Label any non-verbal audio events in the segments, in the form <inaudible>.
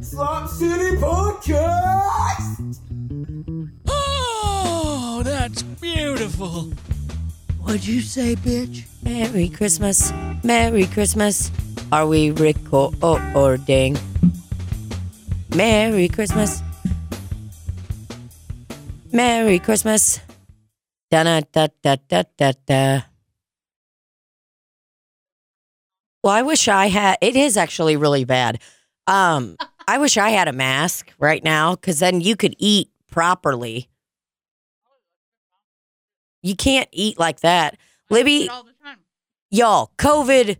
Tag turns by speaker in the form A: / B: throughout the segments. A: Slop City Podcast!
B: Oh, that's beautiful.
C: What'd you say, bitch?
D: Merry Christmas. Merry Christmas. Are we recording? Merry Christmas. Merry Christmas. Da da da da da da da. Well, I wish I had. It is actually really bad. Um, <laughs> I wish I had a mask right now because then you could eat properly. You can't eat like that, Libby.
B: All the time.
D: y'all covid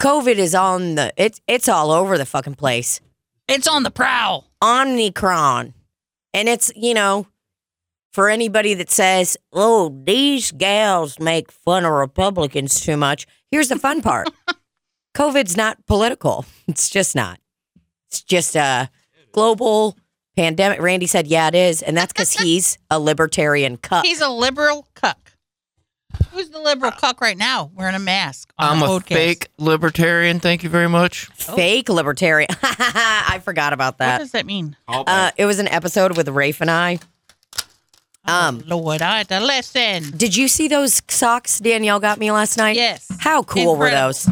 D: covid is on the it's it's all over the fucking place
B: It's on the prowl.
D: omnicron and it's you know for anybody that says oh these gals make fun of republicans too much here's the
B: <laughs>
D: fun part covid's not political it's just not it's just a global pandemic randy said yeah it is and that's because he's a libertarian cuck
B: He's a liberal cuck. Who's the liberal cuck right now wearing a mask? on
E: I'm
B: our
E: a
B: podcast?
E: fake libertarian. Thank you very much.
B: Oh.
D: fake libertarian <laughs> i forgot about
B: What
D: that
B: does that mean?
D: Uh, it was an episode with Rafe and I. Um,
B: oh, Lord, I had to listen.
D: Did you see those socks Danielle got me last night?
B: Yes.
D: How cool were
B: Incredible.
D: those?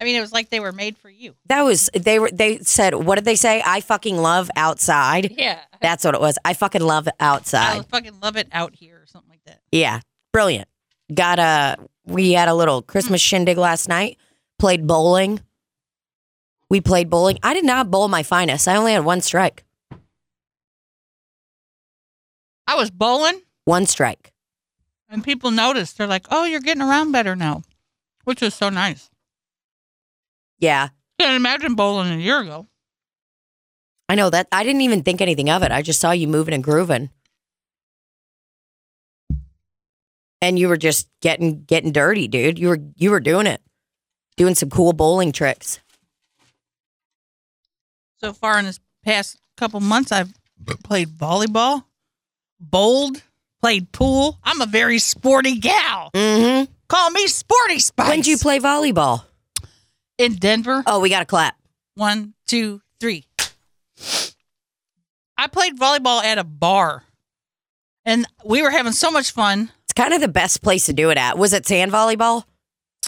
B: I mean, it was like they were made for you.
D: That was they were they said what did they say? I fucking love outside.
B: Yeah.
D: That's what it was. I fucking love outside.
B: I fucking love it out here or something like that.
D: Yeah. Brilliant. Got a we had a little Christmas shindig last night. Played bowling. We played bowling. I did not bowl my finest. I only had one strike.
B: I was bowling
D: One strike.
B: and people noticed. They're like, oh, you're getting around better now, which was so nice.
D: Yeah.
B: Can't imagine bowling a year ago.
D: I know that I didn't even think anything of it. I just saw you moving and grooving. And you were just getting getting dirty, dude. You were you were doing it. Doing some cool bowling tricks.
B: So far in this past couple months, I've played volleyball, bowled, played pool. I'm a very sporty gal.
D: Mhm.
B: Call me Sporty Spice.
D: When'd you play volleyball?
B: in Denver?
D: Oh, we got to clap.
B: One, two, three. I played volleyball at a bar, and we were having so much fun.
D: It's kind of the best place to do it at. Was it sand volleyball?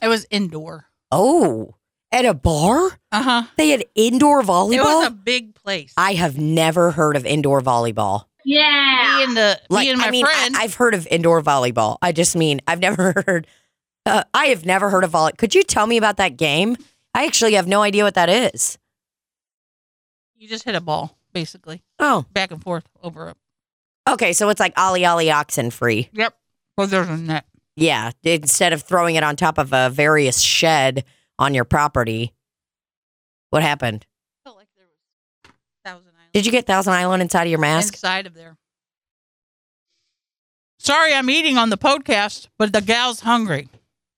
B: It was indoor.
D: Oh, at a bar?
B: Uh huh.
D: They had indoor
B: It was a
D: volleyball?
B: big place.
D: I have never heard of indoor volleyball.
B: me and the me and my
D: I mean,
B: friend.
D: I, have heard of indoor volleyball. I just mean I've never <laughs> heard. Uh, I have never heard of volleyball. Could you tell me about that game? I actually have no idea what that is.
B: you just hit a ball, basically,
D: Oh,
B: back and forth over a.
D: okay. So it's like ollie ollie oxen free.
B: Yep. Well, there's a net.
D: Yeah. Instead of throwing it on top of a various shed on your property. What happened?
B: felt like there was Thousand Island
D: Did you get Thousand Island inside of your mask?
B: inside of there. Sorry, I'm eating on the podcast, but the gal's hungry.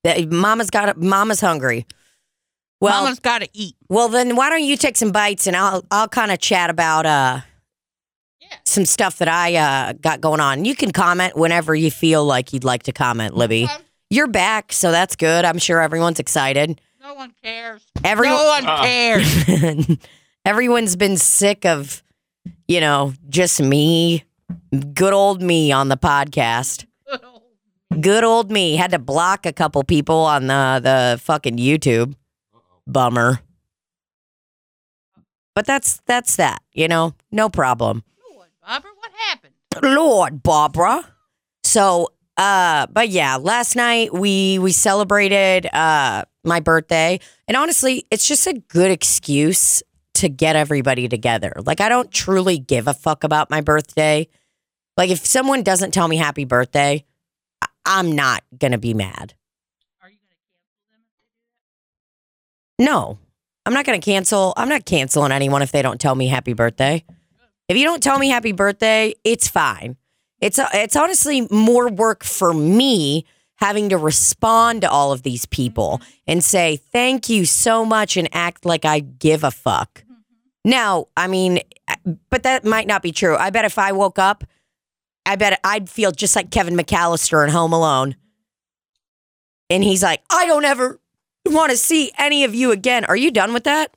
D: That- Mama's got. Mama's hungry. Well,
B: Mama's got to eat.
D: well, then why don't you take some bites and I'll I'll kind of chat about uh
B: Yeah.
D: some stuff that I uh, got going on. You can comment whenever you feel like you'd like to comment, Libby.
B: Um,
D: You're back, so that's good. I'm sure everyone's excited.
B: No one cares. no
D: Everyone,
B: one <laughs>
D: <laughs>
B: cares.
D: everyone's been sick of, you know, just me, good old me on the podcast. Good old me had to block a couple people on the the fucking YouTube. Bummer. But that's that's that, you know. No problem.
B: Lord, Barbara, what happened?
D: Lord, Barbara. So, uh, but yeah, last night we we celebrated uh my birthday, and honestly, it's just a good excuse to get everybody together. Like, I don't truly give a fuck about my birthday. Like, if someone doesn't tell me happy birthday, I- I'm not gonna be mad.
B: Are you going to cancel them?
D: No, I'm not going to cancel. I'm not canceling anyone if they don't tell me happy birthday. If you don't tell me happy birthday, it's fine. It's uh, it's honestly more work for me having to respond to all of these people and say thank you so much and act like I give a fuck. Now, I mean, uh, but that might not be true. I bet if I woke up, I bet I'd feel just like Kevin McAllister in Home Alone. And he's like, I don't ever want to see any of you again. Are you done with that?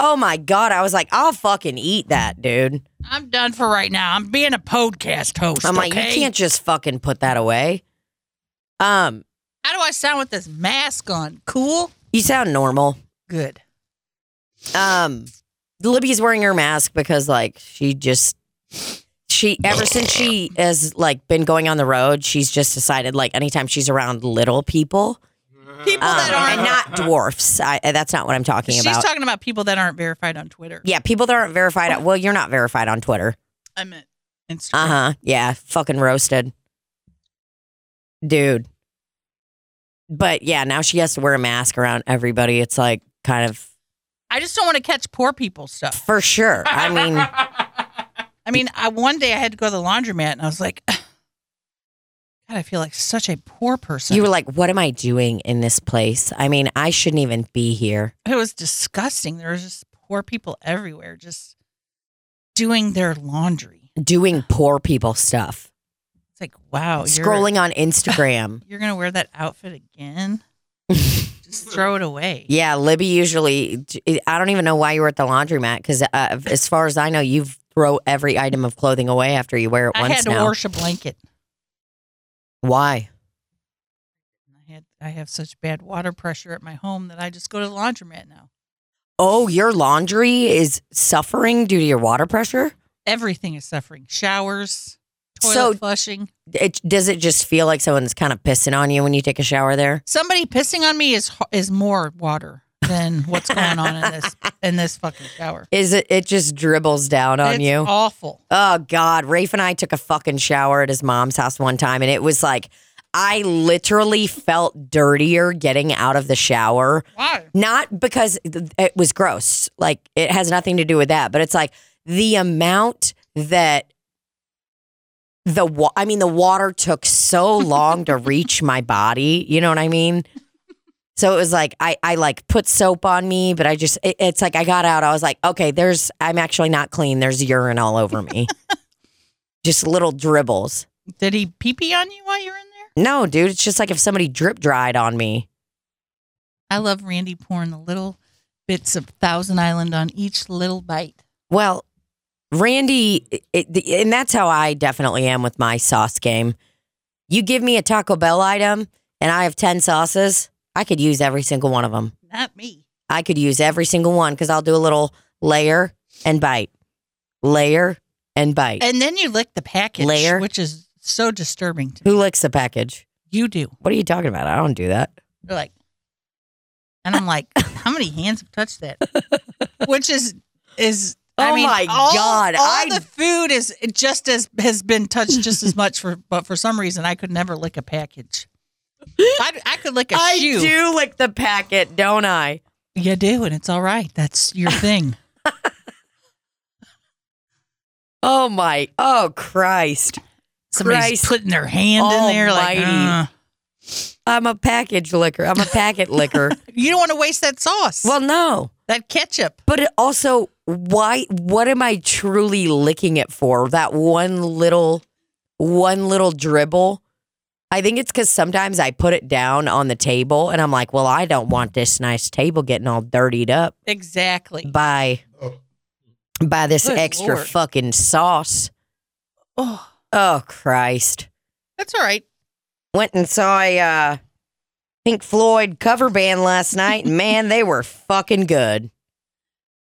D: Oh my God. I was like, I'll fucking eat that, dude.
B: I'm done for right now. I'm being a podcast host.
D: I'm like,
B: okay?
D: you can't just fucking put that away. Um,
B: How do I sound with this mask on? Cool.
D: you sound normal.
B: Good.
D: um Libby's wearing her mask because like she just she ever since she has like been going on the road, she's just decided like anytime she's around little people,
B: People
D: um,
B: that aren't.
D: and
B: <laughs>
D: not dwarfs. I, that's not what I'm talking
B: she's
D: about.
B: talking about people that aren't verified on Twitter.
D: yeah, people that aren't verified. Well, you're not verified on Twitter.
B: I meant Instagram.
D: Uh huh. Yeah, fucking roasted, dude. But yeah, now she has to wear a mask around everybody. It's like kind of
B: I just don't want to catch poor people stuff.
D: for sure. I mean.
B: I mean, I one day I had to go to the laundromat and I was like, <sighs> God, I feel like such a poor person.
D: You were like, what am I doing in this place? I mean, I shouldn't even be here.
B: it was disgusting. There was just poor people everywhere, just doing their laundry.
D: Doing poor people stuff.
B: It's like, wow, Oh, you're-
D: Scrolling on Instagram. <laughs>
B: You're gonna wear that outfit again?
A: Hmm.
B: Just throw it away.
D: yeah, Libby usually, I don't even know why you were at the laundromat because uh, as far as I know, you throw every item of clothing away after you wear it
B: I
D: once
B: had to
D: now.
B: wash a blanket.
D: why?
B: I had I have such bad water pressure at my home that I just go to the laundromat now.
D: Oh, your laundry is suffering due to your water pressure?
B: Everything is suffering. Showers, toilet
D: So-
B: flushing.
D: It, does it just feel like someone's kind of pissing on you when you take a shower there?
B: Somebody pissing on me is ho- is more water than what's going on in
D: <laughs>
B: this in this fucking shower.
D: Is it, it just dribbles down on
B: it's
D: you?
B: awful.
D: Oh God, Rafe and I took a fucking shower at his mom's house one time, and it was like I literally felt dirtier getting out of the shower.
B: Why?
D: Not because it was gross, like it has nothing to do with that, but it's like the amount that the wa- I mean the water took so long to reach my body. You know what I mean? So it was like I I like put soap on me, but I just it, it's like I got out. I was like, okay, there's I'm actually not clean. There's urine all over me, just little dribbles.
B: Did he pee pee on you while you were in there?
D: No, dude, it's just like if somebody drip dried on me.
B: I love Randy pouring the little bits of Thousand Island on each little bite.
D: Well, Randy, it, the- and that's how I definitely am with my sauce game. You give me a Taco Bell item, and I have ten sauces. I could use every single one of them.
B: Not me.
D: I could use every single one because I'll do a little layer and bite, layer and bite.
B: And then you lick the package,
D: Layer.
B: which is so disturbing to me.
D: Who licks the package?
B: You do.
D: What are you talking about? I don't do that.
B: You're like, and I'm like, <laughs> how many hands have touched
D: <laughs>
B: that? Which is is. I
D: Oh
B: mean,
D: my
B: all-
D: God,
B: All
D: I-
B: the food is just as has been touched just as much for, but for some reason I could never lick a
D: <laughs>
B: package. I, I could lick a
D: I
B: shoe.
D: do lick the packet, don't I?
B: You do, and it's all right. That's your thing.
D: <laughs> Oh my! Oh Christ!
B: Somebody's
D: Christ
B: putting their hand in there, like
D: almighty. I'm a package licker. I'm a
B: <laughs>
D: packet licker.
B: "Ugh." uh, you don't want to waste that sauce.
D: well, no,
B: that ketchup.
D: but it also, why? What am I truly licking it for? That one little, one little dribble. I think it's because sometimes I put it down on the table, and I'm like, well, I don't want this nice table getting all dirtied up.
B: Exactly.
D: by by this
B: Good
D: extra
B: Lord.
D: fucking sauce.
B: Oh,
D: Oh Christ.
B: that's all right.
D: Went and saw a uh, Pink Floyd cover band last night, and man, they were fucking good.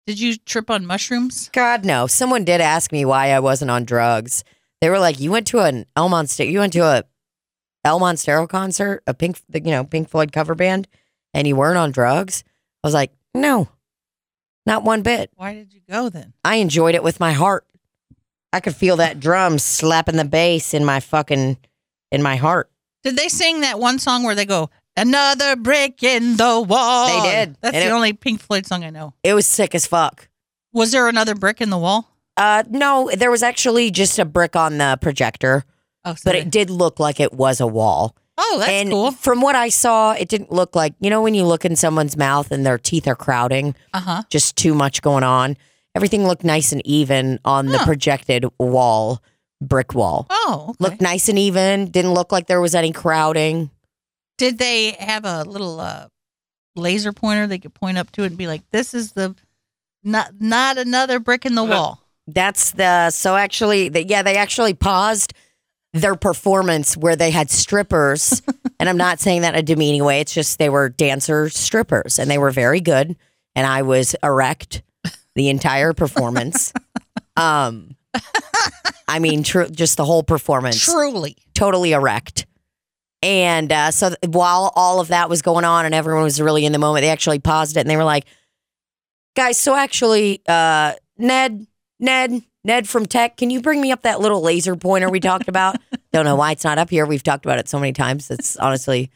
B: Did you trip on mushrooms?
D: God no. Someone did ask me why I wasn't on drugs. They were like, You went to an El Monster you went to a El Monstero concert, a pink you know, Pink Floyd cover band, and you weren't on drugs? I was like, No. Not one bit.
B: Why did you go then?
D: I enjoyed it with my heart. I could feel that drum slapping the bass in my fucking in my heart.
B: Did they sing that one song where they go, Another brick in the wall?
D: They did.
B: That's
D: And
B: the
D: it-
B: only Pink Floyd song I know.
D: It was sick as fuck.
B: Was there another brick in the wall?
D: Uh no, there was actually just a brick on the projector,
B: Oh, so
D: but
B: they-
D: it did look like it was a wall.
B: oh that's
D: and
B: cool.
D: from what I saw, it didn't look like, you know when you look in someone's mouth and their teeth are crowding,
B: Uh huh.
D: just too much going on. Everything looked nice and even on the
B: Huh.
D: projected wall, brick wall.
B: Oh, okay.
D: Looked nice and even, didn't look like there was any crowding.
B: Did they have a little uh, laser pointer they could point up to it and be like, This is the Not not another brick in the wall.
D: That's the so actually the, yeah they actually paused their performance where they had strippers and I'm not saying that in a demeaning way it's just they were dancer strippers and they were very good and I was erect the entire performance um I mean true just the whole performance
B: Truly.
D: totally erect. And uh, so th- while all of that was going on and everyone was really in the moment, they actually paused it and they were like, guys, so actually, uh, Ned, Ned, Ned from Tech, can you bring me up that little laser pointer we talked about? <laughs> Don't know why it's not up here. We've talked about it so many times. It's honestly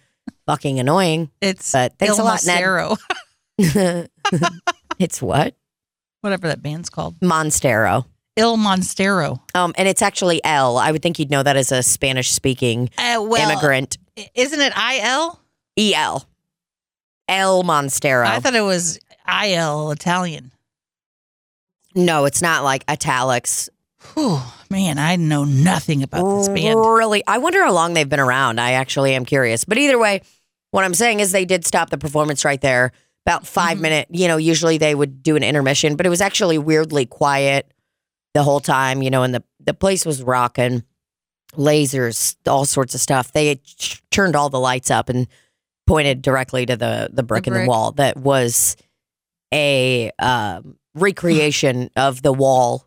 D: fucking annoying.
B: It's
D: But thanks
B: Il
D: a lot, Ned.
B: Monstero. <laughs>
D: <laughs> it's what?
B: Whatever that band's called.
D: Monstero.
B: Il Monstero.
D: Um, and it's actually L. I would think you'd know that as a Spanish speaking
B: Uh, well,
D: immigrant.
B: i- Isn't it I L?
D: E L. L Monstero.
B: I thought it was I L Italian.
D: No, it's not like italics.
B: Whew, man, I know nothing about this band.
D: Mm, Really, I wonder how long they've been around. I actually am curious. But either way, what I'm saying is they did stop the performance right there. About 5
B: Mhm.
D: minute, you know, usually they would do an intermission, but it was actually weirdly quiet the whole time, you know, and the, the place was rocking, lasers, all sorts of stuff. They had ch- turned all the lights up and pointed directly to the, the brick in the
B: brick.
D: wall that was a um, recreation of the wall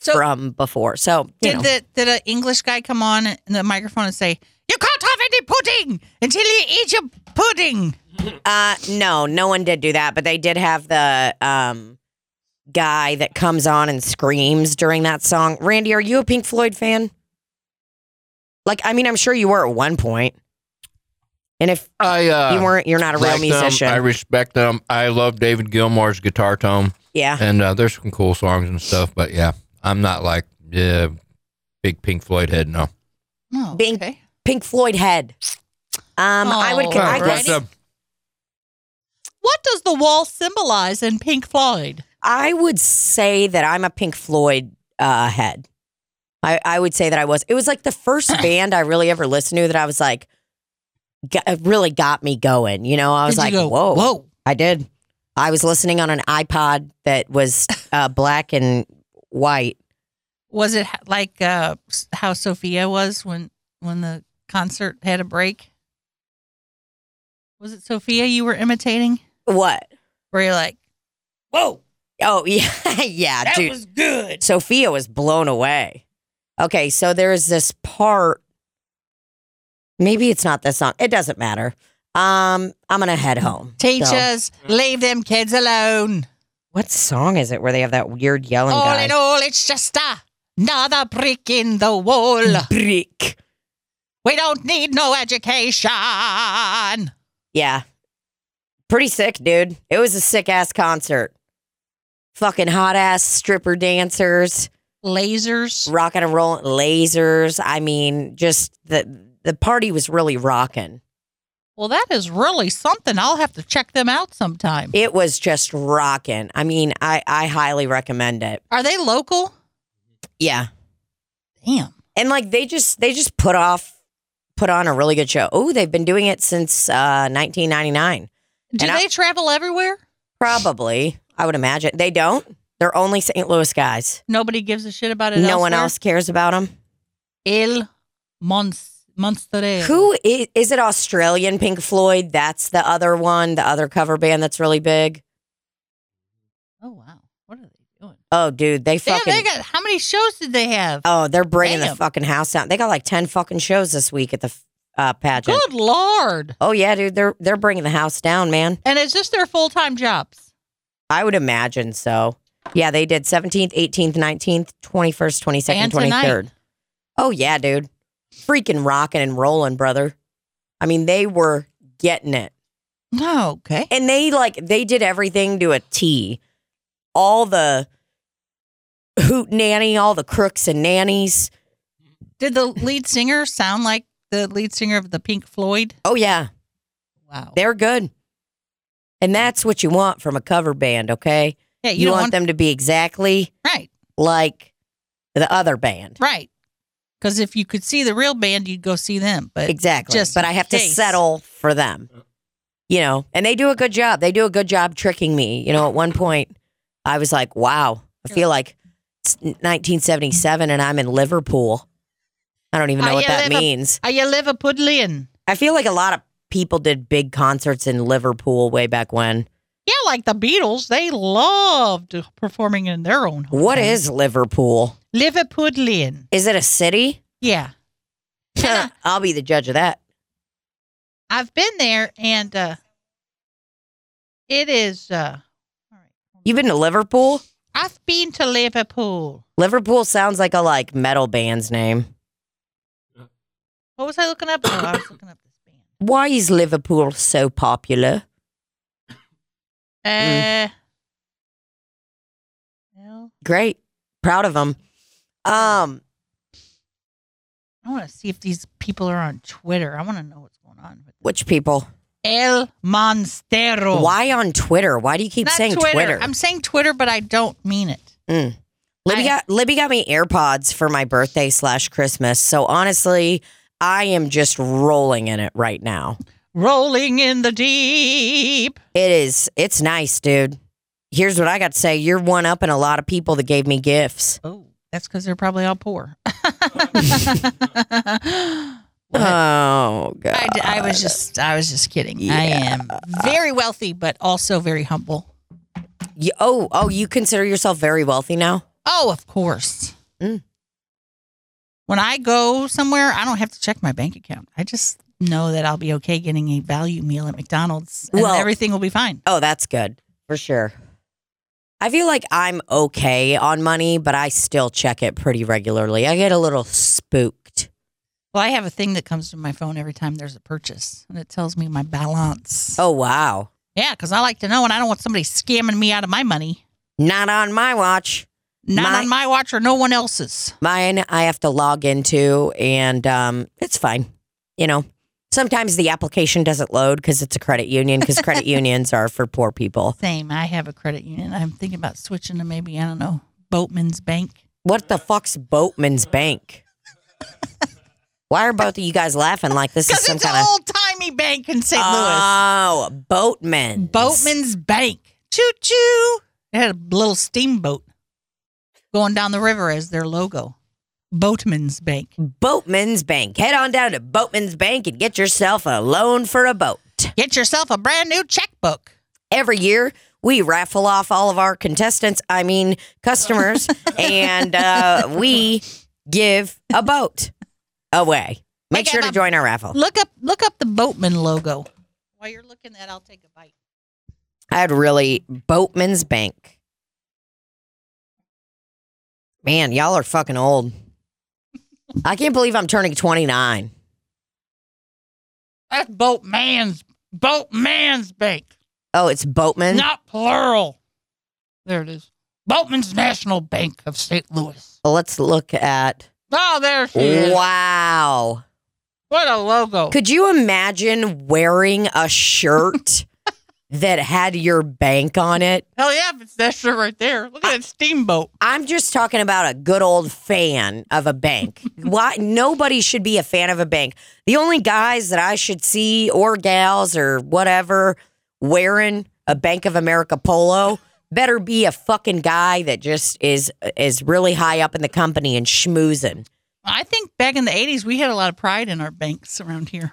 B: So-
D: from before. So, you
B: Did
D: know.
B: the did an English guy come on in the microphone and say, "You can't have any pudding until you eat your pudding"?
D: Uh, no, no one did do that, but they did have the um guy that comes on and screams during that song. Randy, are you a Pink Floyd fan? Like, I mean, I'm sure you were at one point. And if
E: I uh,
D: you weren't, you're not a real
E: like them.
D: musician.
E: I respect them. I love David Gilmour's guitar tone,
D: yeah.
E: and uh, there's some cool songs and stuff. But yeah, I'm not like yeah, big Pink Floyd head. No,
B: No.
D: Bing.
B: Oh, okay.
D: Pink Floyd head. Um, I would.
B: Oh, Alrighty.
D: I
E: But,
D: guess
E: uh,
B: What does the wall symbolize in Pink Floyd?
D: I would say that I'm a Pink Floyd uh, head. I, I would say that I was. It was like
B: <laughs>
D: the first band I really ever listened to that I was like, got, it really got me going. You know, I was
B: Did you
D: like,
B: go,
D: whoa,
B: whoa.
D: I did. I was listening on an iPod that
B: <laughs>
D: was uh, black and white.
B: Was it h- like uh, s- how Sophia was when when the concert had a break? Was it Sophia you were imitating?
D: What?
B: Where you're like, "Whoa,
D: Oh <laughs> yeah, yeah,
B: that
D: dude.
B: was good."
D: Sophia was blown away. Okay, so there's this part. Maybe it's not this song. It doesn't matter. Um, I'm gonna head home. So-
B: Teachers, leave them kids alone.
D: What song is it where they have that weird yelling
B: all
D: guy?
B: in all, it's just a, another brick in the wall.
D: Brick.
B: We don't need no education.
D: Yeah. Pretty sick, dude. It was a sick ass concert. Fucking hot ass stripper dancers,
B: Lasers.
D: rocking and rolling lasers. I mean, just the the party was really rocking.
B: Well, that is really something. I'll have to check them out sometime.
D: It was just rocking. I mean, I I highly recommend it.
B: Are they local?
D: Yeah.
B: Damn.
D: and like they just they just put off put on a really good show. Oh, they've been doing it since uh 1999.
B: Do
D: And I-
B: they travel everywhere?
D: Probably, I would imagine. They don't. They're only St. Louis guys.
B: Nobody gives a shit about it.
D: No one
B: elsewhere?
D: else cares about them.
B: Il Mons Monstera.
D: Who is, is it Australian Pink Floyd? That's the other one, the other cover band that's really big.
B: Oh wow. What are they doing?
D: Oh, dude, they
B: Damn,
D: fucking
B: they got how many shows did they have?
D: Oh, they're bringing the
B: Damn.
D: fucking house down. They got like 10 fucking shows this week at the uh pageant.
B: Good lord.
D: Oh yeah, dude, they're they're bringing the house down, man.
B: And is this their full time jobs?
D: I would imagine so. Yeah, they did 17th, 18th, 19th, 21st, 22nd,
B: And tonight.
D: 23rd. Oh, yeah, dude. Freaking rocking and rolling, brother. I mean, they were getting it.
B: Oh, okay.
D: And they like, they did everything to a T. All the hoot nanny, all the crooks and nannies.
B: Did the lead singer sound like the lead singer of the Pink Floyd?
D: Oh, yeah,
B: Wow.
D: they're good. And that's what you want from a cover band, okay?
B: yeah, you,
D: you
B: don't
D: want them to be exactly
B: right,
D: like the other band.
B: right. Because if you could see the real band, you'd go see them. But
D: Exactly.
B: just
D: but I
B: in
D: have to
B: case.
D: settle for them. You know, and they do a good job. They do a good job tricking me. You know, at one point I was like, wow, I feel like it's 1977 and I'm in Liverpool. I don't even know
B: Are
D: what
B: you
D: that
B: Liver-
D: means.
B: Are you Liverpudlian?
D: I feel like a lot of people did big concerts in Liverpool way back when.
B: Yeah, like the Beatles, they loved performing in their own home.
D: What is Liverpool?
B: Liverpudlian?
D: Is it a city?
B: Yeah. Yeah.
D: <laughs> I'll be the judge of that.
B: I've been there and uh it is uh all right.
D: You've been to Liverpool?
B: I've been to Liverpool.
D: Liverpool sounds like a like metal band's name.
B: What was I looking up? Oh, I was looking up this band.
D: Why is Liverpool so popular?
B: Uh, well,
D: Great. Proud of them. Um,
B: I want to see if these people are on Twitter. I want to know what's going on. with
D: which people?
B: El Monstero.
D: Why on Twitter? Why do you keep
B: Not
D: saying Twitter?
B: I'm saying Twitter, but I don't mean it.
D: Libby
B: I-
D: got Libby got me AirPods for my birthday slash Christmas. So honestly, I am just rolling in it right now.
B: Rolling in the deep.
D: It is. It's nice, dude. Here's what I got to say. You're one up in a lot of people that gave me gifts.
B: Oh, that's because they're probably all
D: <laughs>
B: poor. <laughs> What?
D: Oh god.
B: I, d- I was just, I was just kidding. I am very wealthy, but also very humble.
D: You- oh, oh, you consider yourself very wealthy now?
B: Oh, of course.
D: Mm.
B: When I go somewhere, I don't have to check my bank account. I just know that I'll be okay getting a value meal at McDonald's, and
D: Well-
B: everything will be fine.
D: Oh, that's good. For sure. I feel like I'm okay on money, but I still check it pretty regularly. I get a little spooked.
B: Well, I have a thing that comes to my phone every time there's a purchase, and it tells me my balance.
D: Oh, wow.
B: Yeah, because I like to know, and I don't want somebody scamming me out of my money.
D: Not on my watch.
B: Not
D: My-
B: on my watch or no one else's.
D: Mine, I have to log into, and um, it's fine. You know, sometimes the application doesn't load because it's a credit union, because credit unions are for poor people.
B: Same. I have a credit union. I'm thinking about switching to maybe, I don't know, Boatman's Bank.
D: What the fuck's Boatman's Bank? Why are both of you guys laughing
B: <laughs>
D: like this is
B: Because
D: some
B: it's
D: kind
B: an
D: of.
B: old timey bank in St.
D: Oh, Boatman.
B: Louis. Boatman's Bank. Choo choo. It had a little steamboat going down the river as their logo. Boatman's Bank.
D: Boatman's Bank. Head on down to Boatman's Bank and get yourself a loan for a boat.
B: Get yourself a brand new checkbook.
D: Every year, we raffle off all of our contestants, I mean, customers, and uh, we give a boat away. Make
B: Make
D: sure
B: up
D: to
B: a-
D: join our raffle.
B: Look up look up the Boatman logo. While you're looking at, I'll take a bite.
D: I'd really Boatman's Bank. Man, y'all are fucking old. I can't believe I'm turning 29.
B: That's Boatman's Boatman's Bank,
D: Oh, it's Boatman.
B: not plural. There it is. Boatman's National Bank of St. Louis.
D: Let's look at.
B: Oh, there she is.
D: Wow.
B: What a logo.
D: Could you imagine wearing a shirt that had your bank on it?
B: Hell yeah, it's that shirt right there. Look at that steamboat.
D: I'm just talking about a good old fan of a bank. Why nobody should be a fan of a bank. The only guys that I should see or gals or whatever wearing a Bank of America polo better be a fucking guy that just is is really high up in the company and schmoozing.
B: I think back in the 80s, we had a lot of pride in our banks around here.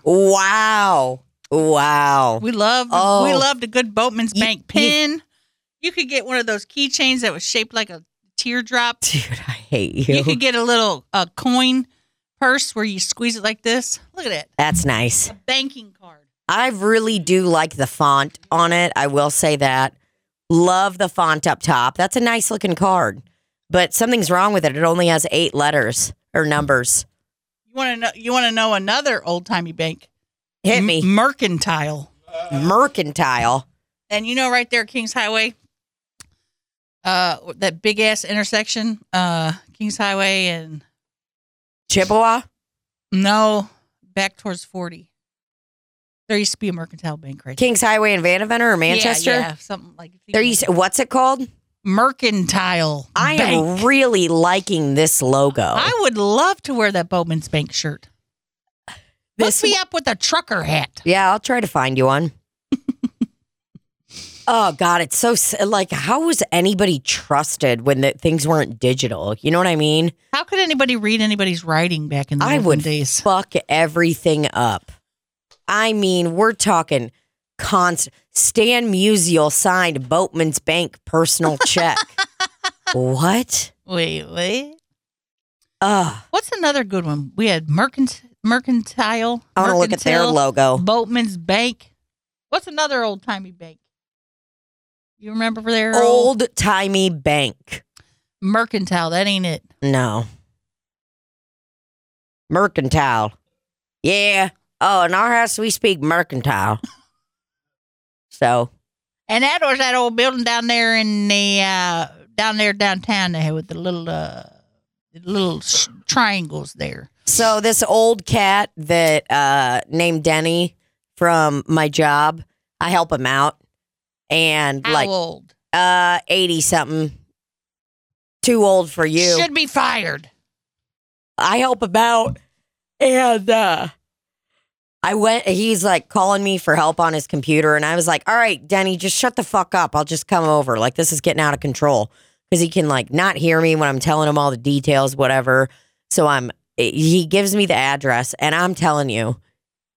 D: Wow. Wow.
B: We loved,
D: Oh.
B: we loved a good Boatman's
D: You-
B: Bank pin. You could get one of those keychains that was shaped like a teardrop.
D: Dude, I hate
B: You <laughs> could get a little uh, coin purse where you squeeze it like this. Look at it.
D: That's nice.
B: A banking card.
D: I really do like the font on it. I will say that. Love the font up top. That's a nice looking card, but something's wrong with it. It only has eight letters or numbers.
B: You want to know? You want to know another old timey bank?
D: Hit
B: M-
D: me.
B: mercantile.
D: Mercantile.
B: And you know, right there, Kings Highway. Uh, that big ass intersection, uh, Kings Highway, and
D: Chippewa?
B: no, back towards forty. There used to be a mercantile bank right
D: Kings Highway in Vandeventer or
B: there. Yeah,
D: Manchester?
B: yeah, something like
D: There you say, what's it called?
B: mercantile.
D: I
B: Bank.
D: am really liking this logo.
B: I would love to wear that Bowman's Bank shirt.
D: This
B: Hook me up with a trucker hat. <laughs>
D: Yeah, I'll try to find you one. Oh God, it's so s- like how was anybody trusted when the things weren't digital? You know what I mean?
B: How could anybody read anybody's writing back in the
D: I
B: olden
D: would
B: days?
D: fuck everything up. I mean, we're talking constant. Stan Musial signed Boatman's Bank personal check. what?
B: Wait, wait.
D: Ugh,
B: What's another good one? We had mercant- mercantile.
D: I want to look at their
B: Mercantile,
D: logo.
B: Boatman's Bank. What's another old timey bank? You remember their old
D: Old timey bank.
B: mercantile? That ain't it.
D: No. Mercantile. Yeah. Oh, in our house we speak mercantile. so
B: And that was that old building down there in the uh, down there downtown there with the little uh, the little sh- triangles there.
D: So this old cat that uh named Denny from my job, I help him out. And
B: How
D: like
B: old?
D: uh 80 something. Too old for you.
B: Should be fired.
D: I help him out and uh I went he's like calling me for help on his computer and I was like, "All right, Denny, just shut the fuck up. I'll just come over. Like this is getting out of control." Cuz he can like not hear me when I'm telling him all the details whatever. So I'm eh, he gives me the address and I'm telling you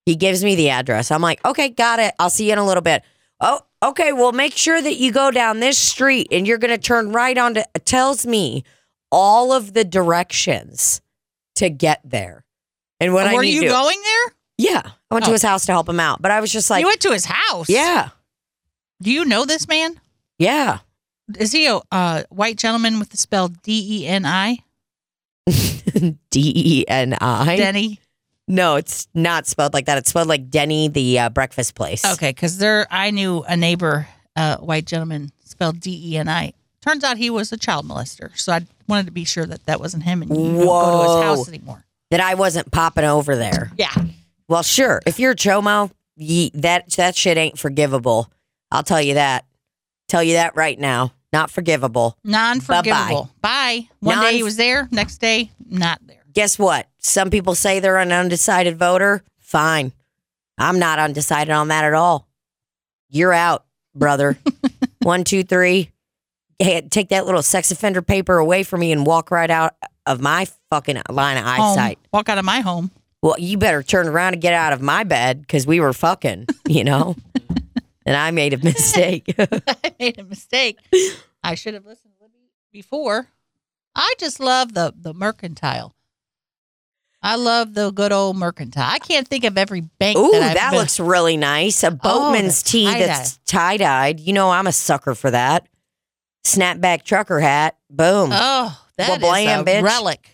D: he gives me the address. I'm like, "Okay, got it. I'll see you in a little bit." Oh, okay. Well, make sure that you go down this street and you're going to turn right onto tells me all of the directions to get there. And what I
B: Were
D: need
B: you
D: to do-
B: going there?
D: yeah, I went to
B: Oh.
D: his house to help him out, but I was just like,
B: you went to his house.
D: yeah,
B: Do you know this man?
D: yeah. <laughs>
B: Is he a uh, white gentleman with the spell D E N I?
D: D E N I.
B: Denny.
D: No, it's not spelled like that. It's spelled like Denny, the uh, breakfast place.
B: Okay, because there I knew a neighbor, uh, white gentleman spelled D E N I. Turns out he was a child molester, so I wanted to be sure that that wasn't him, and you don't go to his
D: Whoa.
B: house anymore.
D: That I wasn't popping over there.
B: Yeah,
D: Well, sure. If you're a chomo, ye, that that shit ain't forgivable. I'll tell you that. Tell you that right now. Not forgivable.
B: non forgivable. Bye. One day he
D: Non-
B: was there, next day not there.
D: Guess what? Some people say they're an undecided voter. Fine. I'm not undecided on that at all. You're out, brother. One, two, three. Hey, take that little sex offender paper away from me and walk right out of my fucking line of
B: Home.
D: eyesight.
B: Walk out of my home. <laughs>
D: well, you better turn around and get out of my bed because we were fucking, you know? and I made a mistake. <laughs>
B: I made a mistake. I should have listened to Libby before. I just love the the mercantile. I love the good old mercantile. I can't think of every bank.
D: Ooh,
B: that, I've
D: that,
B: been- Oh,
D: looks really nice. A boatman's
B: the
D: tee
B: tie-dye.
D: that's tie dyed. You know, I'm a sucker for that. Snapback trucker hat. Boom.
B: Oh, that is
D: Wablam,
B: a
D: bitch.
B: relic.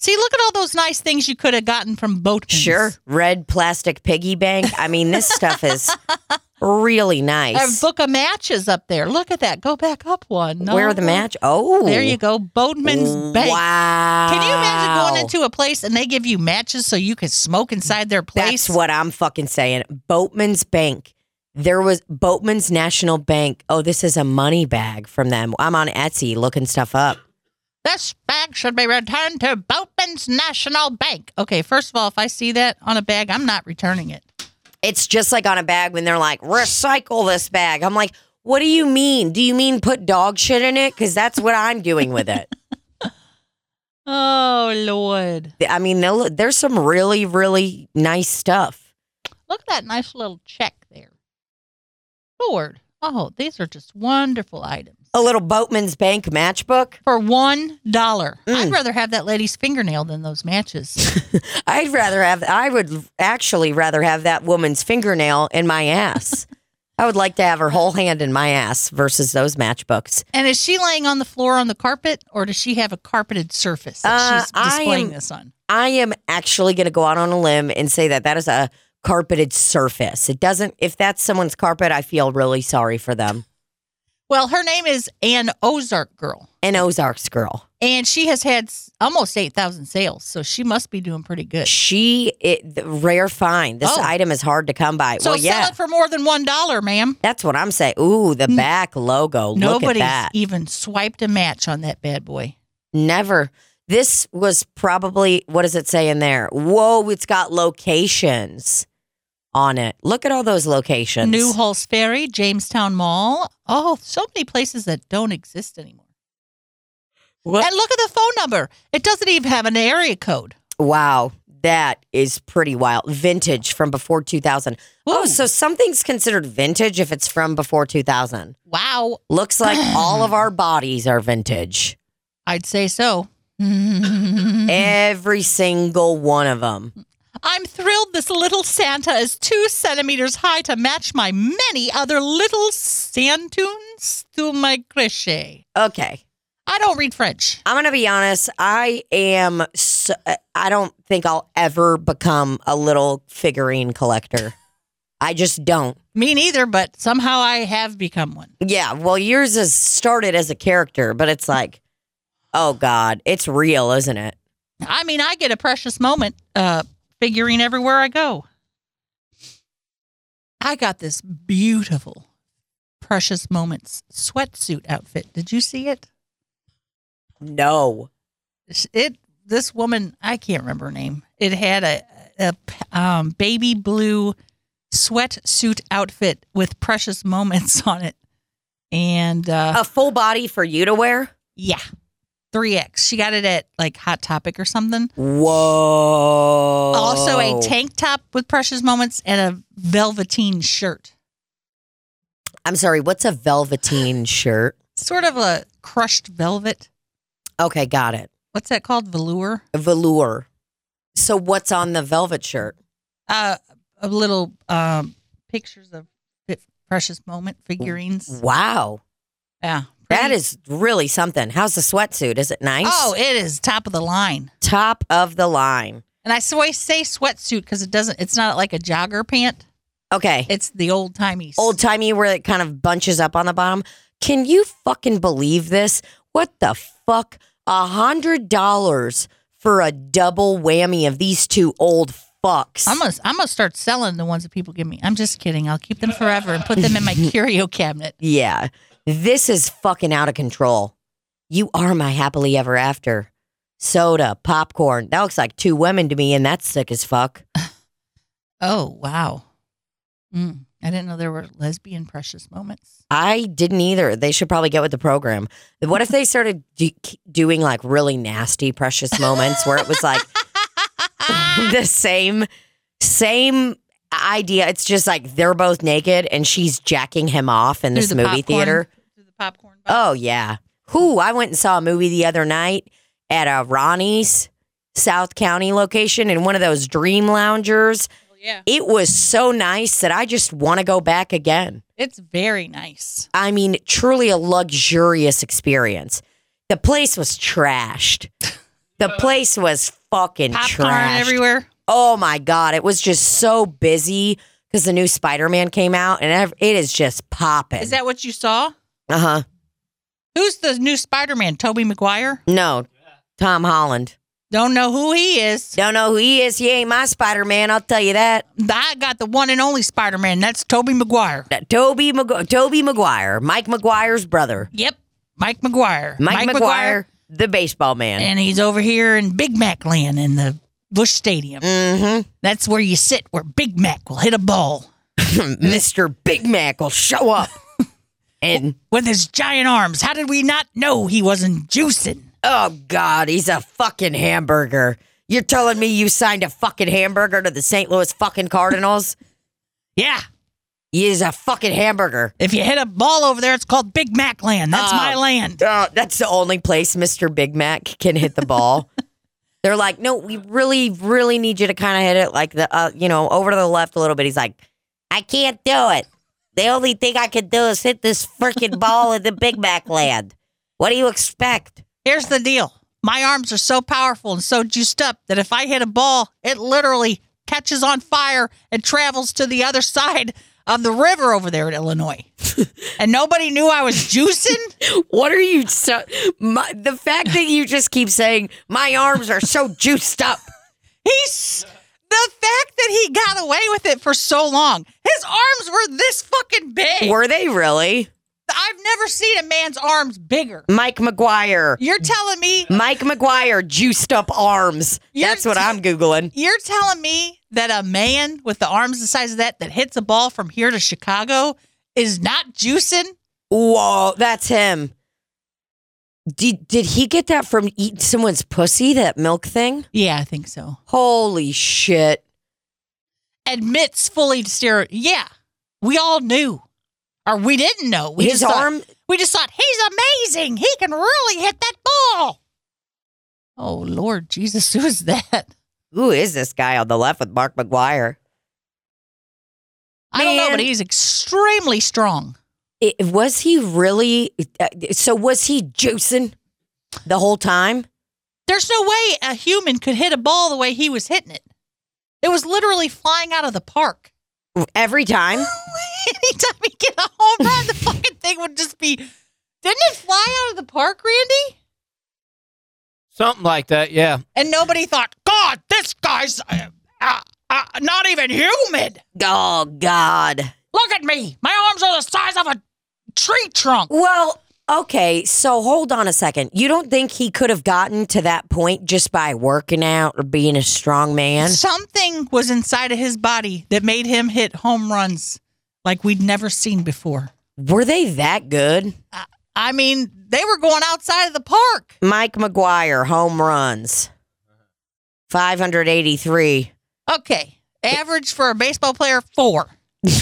B: See, look at all those nice things you could have gotten from Boatman's.
D: sure. Red plastic piggy bank. I mean, this
B: <laughs>
D: stuff is really
B: I have a
D: nice.
B: book of matches up there. Look at that. Go back up one. No,
D: Where are the match? Oh,
B: There you go. Boatman's Bank.
D: Wow.
B: Can you imagine going into a place and they give you matches so you can smoke inside their place?
D: That's what I'm fucking saying. Boatman's Bank. There was Boatman's National Bank. Oh, this is a money bag from them. I'm on Etsy looking stuff up.
B: This bag should be returned to Boatman's National Bank. Okay, first of all, if I see that on a bag, I'm not returning it.
D: It's just like on a bag when they're like, recycle this bag. I'm like, what do you mean? Do you mean put dog shit in it? Because that's what I'm doing with it. <laughs>
B: Oh, Lord.
D: I mean, they'll- there's some really, really nice stuff.
B: Look at that nice little check there. Lord. Oh, these are just wonderful items.
D: A little Boatman's Bank matchbook.
B: For one dollar. I'd
D: Mm.
B: rather have that lady's fingernail than those matches. <laughs>
D: I'd rather have, I would actually rather have that woman's fingernail in my ass. <laughs> I would like to have her whole hand in my ass versus those matchbooks.
B: and is she laying on the floor on the carpet or does she have a carpeted surface that
D: Uh,
B: she's
D: I
B: displaying
D: am-
B: this on?
D: I am actually going to go out on a limb and say that that is a carpeted surface. It doesn't, if that's someone's carpet, I feel really sorry for them.
B: Well, her name is Ann Ozark Girl.
D: An Ozarks girl.
B: And she has had s- almost 8,000 sales, so she must be doing pretty good.
D: She, it, the rare find. This
B: Oh.
D: item is hard to come by.
B: So
D: well, yeah.
B: sell it for more than $1, ma'am.
D: that's what I'm saying. Ooh, the back logo. Look at
B: Nobody's e-
D: that.
B: even swiped a match on that bad boy.
D: Never. This was probably what does it say in there? Whoa, it's got locations. on it. Look at all those locations.
B: New Hulse Ferry, Jamestown Mall. Oh, so many places that don't exist anymore.
D: What-
B: And look at the phone number. It doesn't even have an area code.
D: Wow, that is pretty wild. Vintage from before 2000. Oh,
B: Ooh.
D: so something's considered vintage if it's from before 2000.
B: Wow.
D: Looks like all of our bodies are vintage.
B: I'd say
D: <laughs>
B: so. <laughs> I'm
D: Every single one of them.
B: thrilled this little Santa is two centimeters high to match my many other little sand tunes to my crochet.
D: Okay.
B: I don't read French.
D: I'm going to be honest. I am, so, I don't think I'll ever become a little figurine collector. I just don't.
B: Me neither, but somehow I have become one.
D: Yeah. Well, yours is started as a character, but it's like, oh God, it's real, isn't it?
B: I mean, I get a precious moment uh, figurine everywhere I go. I got this beautiful precious moments sweatsuit outfit. Did you see it?
D: No.
B: It this woman I can't remember her name. It had a, a p- um, baby blue sweatsuit outfit with precious moments <laughs> on it, and uh,
D: a full body for you to wear?
B: yeah, three X. She got it at like Hot Topic or something.
D: Whoa.
B: also a
D: Oh.
B: tank top with precious moments and a velveteen shirt
D: I'm sorry, what's a velveteen shirt?
B: sort of a crushed velvet
D: Okay, got it.
B: what's that called velour
D: Velour. So what's on the velvet shirt?
B: uh a little um pictures of fi- precious moment figurines
D: Wow.
B: yeah
D: Mm. That
B: Pretty-
D: is really something. How's the sweatsuit? Is it nice?
B: oh it is top of the line
D: top of the line.
B: and i so I say sweatsuit because it doesn't it's not like a jogger pant
D: Okay.
B: it's the old timey
D: Old timey where it kind of bunches up on the bottom. Can you fucking believe this? What the fuck? A hundred dollars for a double whammy of these two old fucks.
B: I'm gonna, I'm gonna start selling the ones that people give me. I'm just kidding. I'll keep them forever and put them
D: <laughs>
B: in my curio cabinet.
D: Yeah. This is fucking out of control. You are my happily ever after. Soda, popcorn. That looks like two women to me, and that's sick as fuck.
B: Oh wow! Mm, I didn't know there were lesbian precious moments.
D: I didn't either. They should probably get with the program. What if they started do- doing like really nasty precious moments where it was like <laughs> the same, same idea? It's just like they're both naked and she's jacking him off in
B: Through
D: this
B: the
D: movie
B: popcorn-
D: theater.
B: through the popcorn. box.
D: Oh yeah. Who I went and saw a movie the other night at a Ronnie's South County location in one of those dream loungers.
B: yeah,
D: It was so nice that I just want to go back again.
B: it's very nice.
D: I mean, truly a luxurious experience. The place was trashed.
B: <laughs>
D: The place was fucking
B: Popcorn
D: trashed.
B: everywhere.
D: Oh my god, it was just so busy because the new Spider-Man came out, and ev- it is just popping.
B: Is that what you saw?
D: uh huh?
B: Who's the new Spider-Man? Toby Maguire?
D: No, Tom Holland.
B: Don't know who he is.
D: Don't know who he is. He ain't my Spider Man. I'll tell you that.
B: I got the one and only Spider-Man. That's Toby Maguire.
D: That Toby Mag- Toby Maguire, Mike Maguire's brother,
B: Yep, Mike Maguire.
D: Mike, Maguire, the baseball man.
B: and he's over here in Big Mac Land in the Bush Stadium.
D: <laughs> Mm-hmm.
B: That's where you sit, where Big Mac will hit a ball.
D: Mr. Big Mac will show <laughs> up. and
B: with his giant arms. How did we not know he wasn't juicing?
D: oh God, he's a fucking hamburger. You're telling me you signed a fucking hamburger to the St. Louis fucking Cardinals?
B: Yeah.
D: He's a fucking hamburger.
B: If you hit a ball over there, it's called Big Mac land. That's
D: Oh.
B: my land.
D: Oh, that's the only place Mr. Big Mac can hit the <laughs> ball. They're like, no, we really, really need you to kind of hit it like the, uh, you know, over to the left a little bit. He's like, I can't do it. The only thing I can do is hit this freaking ball in the Big Mac land. What do you expect?
B: Here's the deal my arms are so powerful and so juiced up that if I hit a ball, it literally catches on fire and travels to the other side of the river over there in Illinois. and nobody knew I was juicing.
D: What are you? So, my, the fact that you just keep saying my arms are so juiced up.
B: He's. The fact that he got away with it for so long, his arms were this fucking big.
D: Were they really?
B: I've never seen a man's arms bigger.
D: Mike McGuire.
B: You're telling me
D: Mike McGuire juiced up arms.
B: You're
D: That's what
B: t-
D: I'm Googling.
B: You're telling me that a man with the arms the size of that that hits a ball from here to Chicago is not juicing?
D: Whoa, that's him. Did did he get that from eating someone's pussy? That milk thing?
B: Yeah, I think so.
D: Holy shit!
B: Admits fully to steroid. Yeah, we all knew, or we didn't know. We
D: His
B: just thought-
D: arm.
B: we just thought he's amazing. He can really hit that ball. Oh Lord Jesus, <laughs> who is that?
D: Who is this guy on the left with Mark McGuire?
B: I don't know,
D: Man.
B: but he's extremely strong.
D: It, was he really? uh, So was he juicing the whole time?
B: There's no way a human could hit a ball the way he was hitting it. It was literally flying out of the park. <laughs>
D: Every time?
B: Anytime he get a home run, the fucking thing would just be. Didn't it fly out of the park, Randy?
E: Something like that, yeah.
B: And nobody thought, God, this guy's uh, uh, uh, not even human.
D: <laughs> Oh God!
B: Look at me. My arms are the size of a tree trunk.
D: Well, okay. So hold on a second. You don't think he could have gotten to that point just by working out or being a strong man?
B: Something was inside of his body that made him hit home runs like we'd never seen before.
D: Were they that good?
B: I mean, they were going outside of the park.
D: Mike McGuire home runs. 583.
B: Okay. Average for a baseball player, four.
E: Uh,
B: He's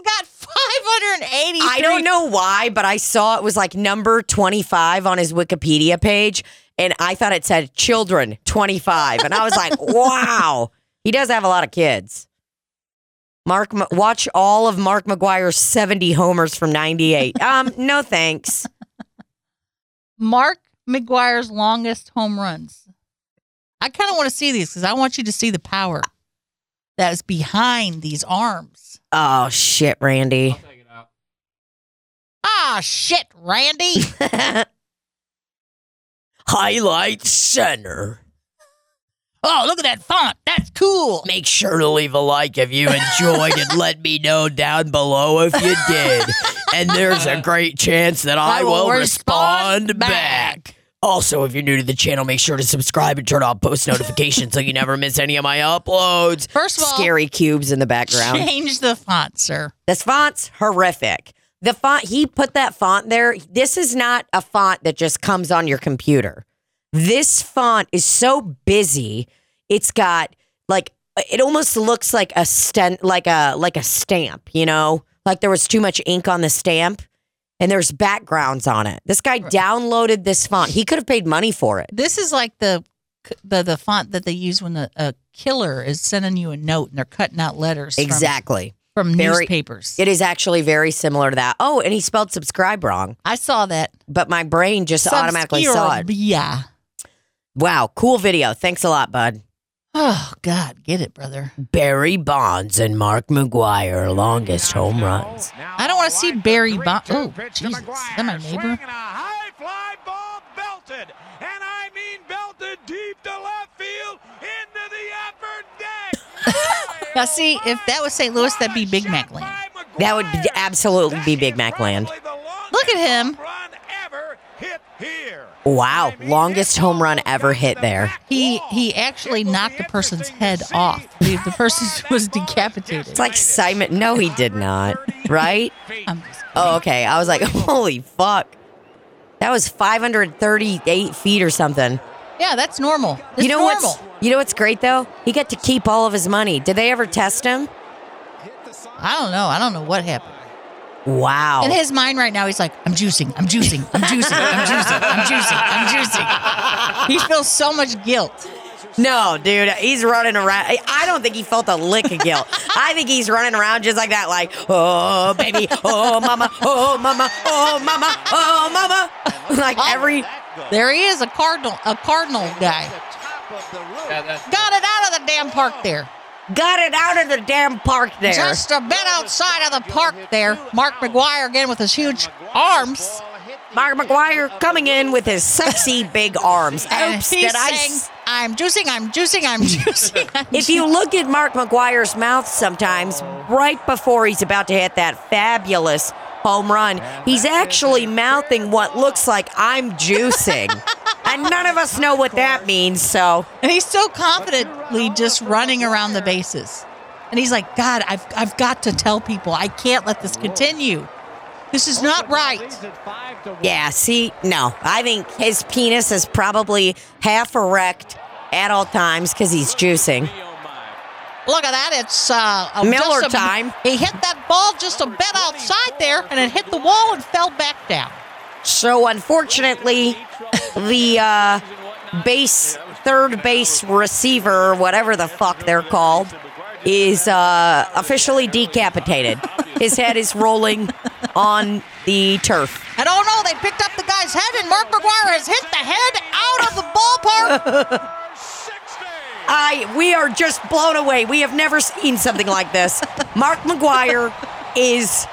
B: got 580.
D: I don't know why, but I saw it was like number 25 on his Wikipedia page and I thought it said children 25 and I was like, "Wow. He does have a lot of kids." Mark Ma- watch all of Mark McGuire's 70 homers from 98. Um, no thanks.
B: Mark McGuire's longest home runs. I kind of want to see these because I want you to see the power that is behind these arms.
D: Oh shit, Randy. <laughs>
B: Ah, shit,
D: <laughs>
B: Randy.
D: Highlight center.
B: oh, look at that font. That's cool.
D: Make sure to leave a like if you enjoyed and let me know down below if you did. And there's a great chance that I, will, respond, back. Also, if you're new to the channel, make sure to subscribe and turn on post notifications so you never miss any of my uploads.
B: First of all,
D: Scary cubes in the background.
B: change the font, sir.
D: This font's horrific. The font he put that font there. This is not a font that just comes on your computer. This font is so busy. It's got like it almost looks like a stent, like a like a stamp. You know, like there was too much ink on the stamp, and there's backgrounds on it. This guy downloaded this font. He could have paid money for it.
B: This is like the the the font that they use when a, a killer is sending you a note and they're cutting out letters from-
D: Exactly.
B: from,
D: Very-
B: newspapers.
D: It is actually very similar to that. Oh, and he spelled subscribe wrong,
B: I saw that.
D: but my brain just automatically saw it.
B: Yeah.
D: Wow, cool video. Thanks a lot, bud.
B: Oh God, get it, brother.
D: Barry Bonds and Mark McGuire, longest home runs.
B: I don't want to see Barry Bond. Oh, Jesus, is that my neighbor?
A: a high fly ball belted, and I mean belted deep to left field into the upper deck.
B: <laughs> Now, see, if that was St. Louis, that'd be Big Mac land.
D: That would be, absolutely be Big Mac land.
B: Look at him.
D: Wow, longest home run ever hit there.
B: He he actually knocked the person's head off. The, the person <laughs> was decapitated.
D: It's like Simon. No, he did not. Right?
B: I'm just kidding.
D: Oh, okay. I was like, <laughs> holy fuck. That was 538 feet or something.
B: yeah, that's normal. It's
D: you know
B: normal.
D: what's you know what's great though? He got to keep all of his money. Did they ever test him?
B: I don't know. I don't know what happened.
D: Wow.
B: In his mind right now, he's like, I'm juicing, I'm juicing, I'm juicing, I'm juicing, I'm juicing, I'm juicing. He feels so much guilt.
D: No, dude, he's running around. I- I don't think he felt a lick of guilt. I think he's running around just like that, like, oh, baby, oh, mama, oh, mama, oh, mama, oh, mama. <laughs> Like every,
B: There he is, a cardinal, a cardinal guy. Got it out of the damn park there.
D: got it out of the damn park there.
B: Just a bit outside of the park there. Mark McGuire again with his huge arms.
D: Mark McGuire coming in with his sexy big arms.
B: And
D: Oops,
B: Oh, he's
D: did I?
B: saying,
D: s-
B: I'm juicing, I'm juicing, <laughs> I'm juicing. I'm
D: If you look at Mark McGuire's mouth sometimes, right before he's about to hit that fabulous home run, he's actually mouthing what looks like I'm juicing. and none of us know what that means. So
B: And he's so confidently just running around the bases. And he's like, God, I've, I've got to tell people. I can't let this continue. This is not right.
D: yeah, see, no, I think his penis is probably half erect at all times because he's juicing.
B: Look at that. It's uh, a
D: Miller
B: just a-
D: time.
B: He hit that ball just a bit outside there, and it hit the wall and fell back down.
D: So unfortunately, the uh, base third base receiver, whatever the fuck they're called, is uh, officially decapitated. His head is rolling on the turf.
B: I don't know. oh, They picked up the guy's head, and Mark McGuire has hit the head out of the
D: <laughs>
B: ballpark.
D: I we are just blown away. We have never seen something like this. Mark McGuire is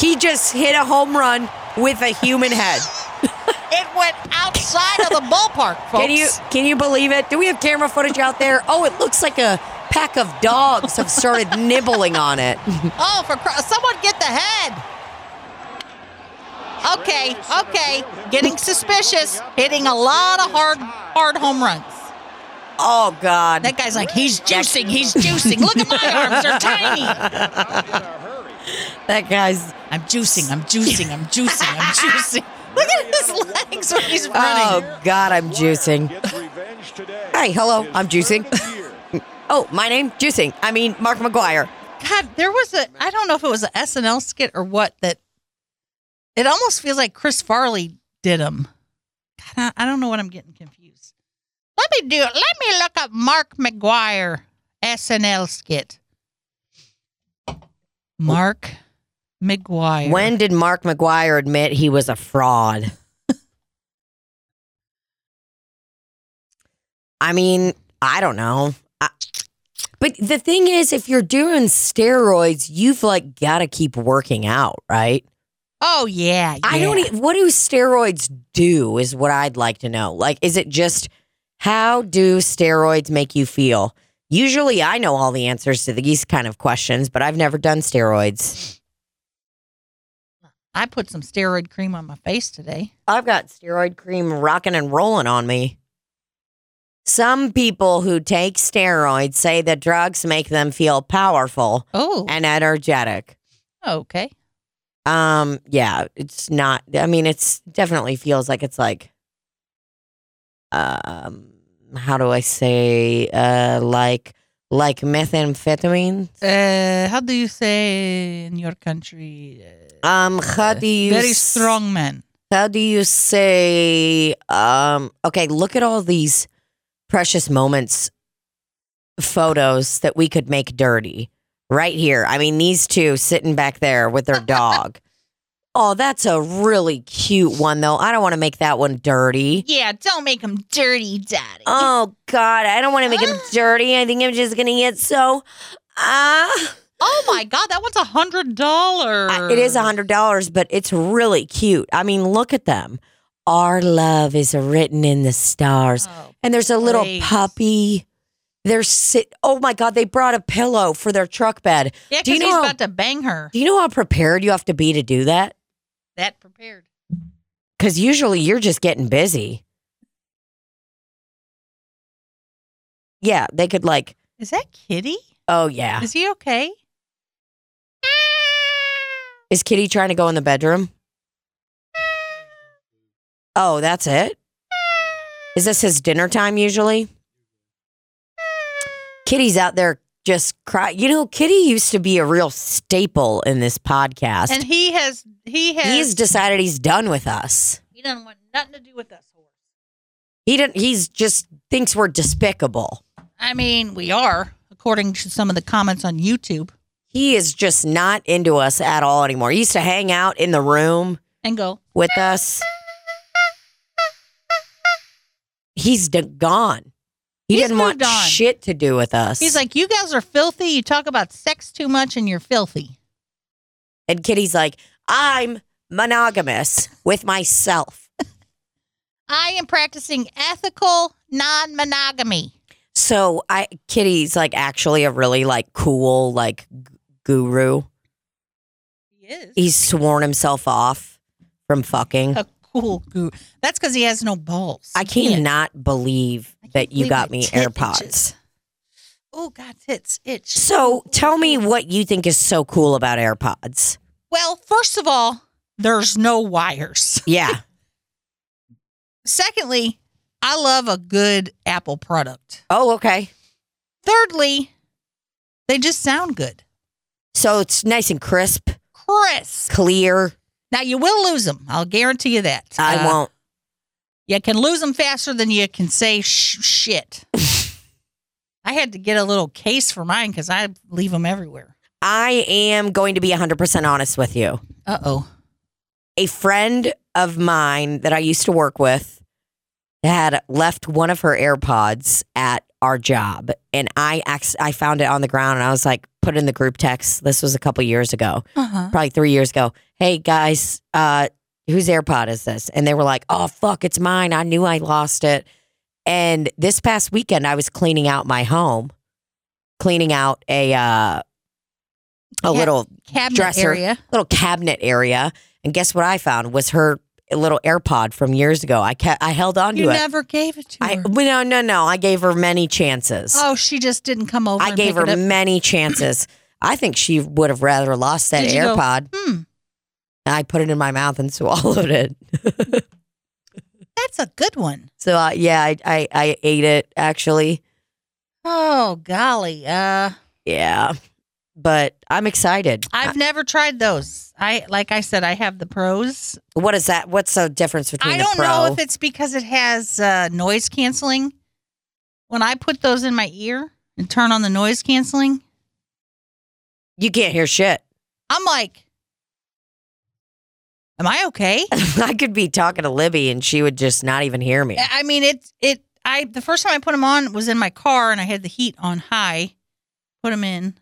D: he just hit a home run with a human head.
B: it went outside of the ballpark, folks.
D: Can you can you believe it? Do we have camera footage out there? Oh, it looks like a pack of dogs have
B: <laughs>
D: started nibbling on it.
B: Oh, for cr- someone get the head. Okay, okay, getting suspicious, hitting a lot of hard, hard home runs.
D: Oh God.
B: That guy's like, he's juicing, he's juicing. Look at my arms, they're tiny.
D: That guy's
B: I'm juicing, I'm juicing, I'm juicing, I'm juicing. Look at his legs when he's running.
D: Oh God, I'm juicing. <laughs> Hi, hello, I'm juicing. Oh, my name? Juicing. I mean Mark McGuire.
B: God, there was a I don't know if it was an SNL skit or what that it almost feels like Chris Farley did him. God, I, I don't know what I'm getting confused. Let me do it. Let me look up Mark McGuire SNL skit. Mark McGuire.
D: When did Mark McGuire admit he was a fraud? I mean, I don't know. I, but the thing is, if you're doing steroids, you've like got to keep working out, right?
B: Oh yeah,
D: I
B: yeah.
D: don't. e- What do steroids do? Is what I'd like to know. Like, is it just how do steroids make you feel? Usually, I know all the answers to these kind of questions, but I've never done steroids.
B: I put some steroid cream on my face today.
D: I've got steroid cream rocking and rolling on me. Some people who take steroids say the drugs make them feel powerful
B: Oh,
D: and Uh, energetic.
B: okay.
D: Um, yeah, it's not. I mean, it's definitely feels like it's like, um, how do I say, uh, like like methamphetamine?
B: Uh, how do you say in your country? Uh,
D: Um, how do you
B: very
D: s-
B: strong man.
D: How do you say? Um, okay, look at all these precious moments photos that we could make dirty right here. I mean, these two sitting back there with their dog. oh, that's a really cute one, though. I don't want to make that one dirty.
B: Yeah, don't make him dirty, daddy.
D: Oh God, I don't want to make him dirty. I think I'm just gonna get so. Ah,
B: Oh my god, that one's a hundred
D: I-
B: dollars.
D: it is a hundred dollars, but it's really cute. I mean, look at them. Our love is written in the stars.
B: Oh.
D: And there's a little
B: Please.
D: puppy. They're sit. Oh my God! They brought a pillow for their truck bed.
B: Yeah,
D: do you
B: because
D: know?
B: he's
D: how,
B: about to bang her.
D: do you know how prepared you have to be to do that?
B: That prepared.
D: Because usually you're just getting busy. Yeah, they could like.
B: Is that Kitty?
D: Oh yeah,
B: Is he okay?
D: is Kitty trying to go in the bedroom? Oh, that's it. Is this his dinner time usually? Kitty's out there just cry. You know, Kitty used to be a real staple in this podcast.
B: And he has he has
D: he's decided he's done with us.
B: he doesn't want nothing to do with us horse.
D: He didn't. He's just thinks we're despicable.
B: I mean, we are, according to some of the comments on YouTube.
D: He is just not into us at all anymore. He used to hang out in the room
B: And go,
D: with us. He's d- gone. He
B: He's
D: didn't want
B: moved on.
D: shit to do with us.
B: he's like, You guys are filthy, you talk about sex too much and you're filthy.
D: and Kitty's like, I'm monogamous with myself.
B: I am practicing ethical non monogamy.
D: So I Kitty's like actually a really like cool like g- guru.
B: He is.
D: He's sworn himself off from fucking.
B: Of cool goo. That's because he has no balls.
D: I cannot believe that you
B: believe
D: got
B: my
D: me
B: tit
D: AirPods.
B: itches. Oh God, tits itch.
D: So tell me what you think is so cool about AirPods.
B: Well, first of all, there's no wires.
D: Yeah.
B: <laughs> Secondly, I love a good Apple product.
D: oh, okay.
B: Thirdly, they just sound good.
D: So it's nice and crisp,
B: Crisp.
D: clear.
B: Now you will lose them. I'll guarantee you that.
D: I
B: Uh,
D: won't.
B: You can lose them faster than you can say sh-
D: <laughs>
B: shit. I had to get a little case for mine because I leave them everywhere.
D: I am going to be 100% honest with you.
B: Uh oh.
D: a friend of mine that I used to work with had left one of her AirPods at our job, and I ac- I found it on the ground, and I was like, put in the group text. This was a couple years ago,
B: Uh huh.
D: probably three years ago. Hey guys, uh, whose AirPod is this? And they were like, oh fuck, it's mine. I knew I lost it. And this past weekend, I was cleaning out my home, cleaning out a uh, a little
B: Cabinet
D: Dresser.
B: area.
D: little cabinet area, and guess what I found was her little AirPod from years ago. I kept, I held on to
B: You
D: it.
B: never gave it to
D: I
B: her.
D: well, no no no. I gave her many chances.
B: Oh, she just didn't come over.
D: I
B: and
D: gave
B: pick
D: her
B: it up.
D: many chances. I think she would have rather lost that
B: Did you go,
D: AirPod.
B: Hmm.
D: I put it in my mouth and <laughs> swallowed it. <laughs>
B: That's a good one.
D: So uh, yeah, I, I I ate it actually.
B: Oh golly, uh,
D: Yeah, but I'm excited. Uh,
B: I've never tried those. I like I said, I have the pros.
D: what is that? What's the difference between
B: I
D: the
B: don't
D: pro?
B: know if it's because it has uh, noise canceling. When I put those in my ear and turn on the noise canceling,
D: you can't hear shit. <laughs>
B: I'm like, "Am I okay?"
D: I could be talking to Libby and she would just not even hear me.
B: I I mean, it it I the first time I put them on was in my car and I had the heat on high. Put them in.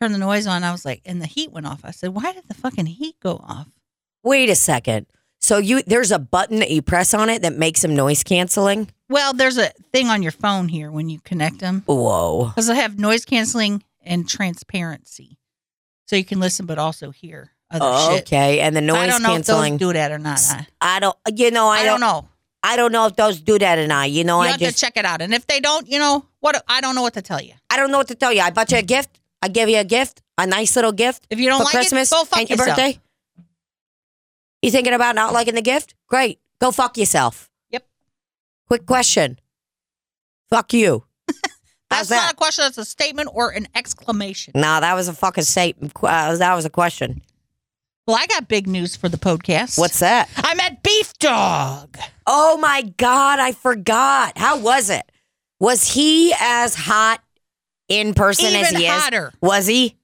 B: Turn the noise on. I was like, and the heat went off. I said, "Why did the fucking heat go off?"
D: Wait a second. So you there's a button that you press on it that makes some noise canceling.
B: Well, there's a thing on your phone here when you connect them
D: Whoa.
B: because I have noise canceling and transparency, so you can listen but also hear other shit.
D: Oh, okay, and the noise
B: I don't know
D: canceling.
B: if those do that or not. I,
D: I don't. You know, I,
B: I
D: don't,
B: don't know.
D: I don't know if those do that or not. You know,
B: you
D: I
B: have
D: just.
B: to check it out, and if they don't, you know what? I don't know what to tell you.
D: I don't know what to tell you. I bought you a gift. I gave you a gift. A nice little gift
B: If you don't
D: for
B: like
D: Christmas
B: it, go fuck
D: and your
B: yourself.
D: birthday. You thinking about not liking the gift? Great. Go fuck yourself.
B: Yep.
D: Quick question. Fuck you. How's
B: <laughs> That's
D: that?
B: not a question. That's a statement or an exclamation.
D: No, that was a fucking statement. Uh, that was a question.
B: Well, I got big news for the podcast.
D: What's that?
B: I'm at Beef Dog.
D: Oh my God, I forgot. How was it? Was he as hot in person as
B: Even
D: he
B: hotter.
D: is? Was he?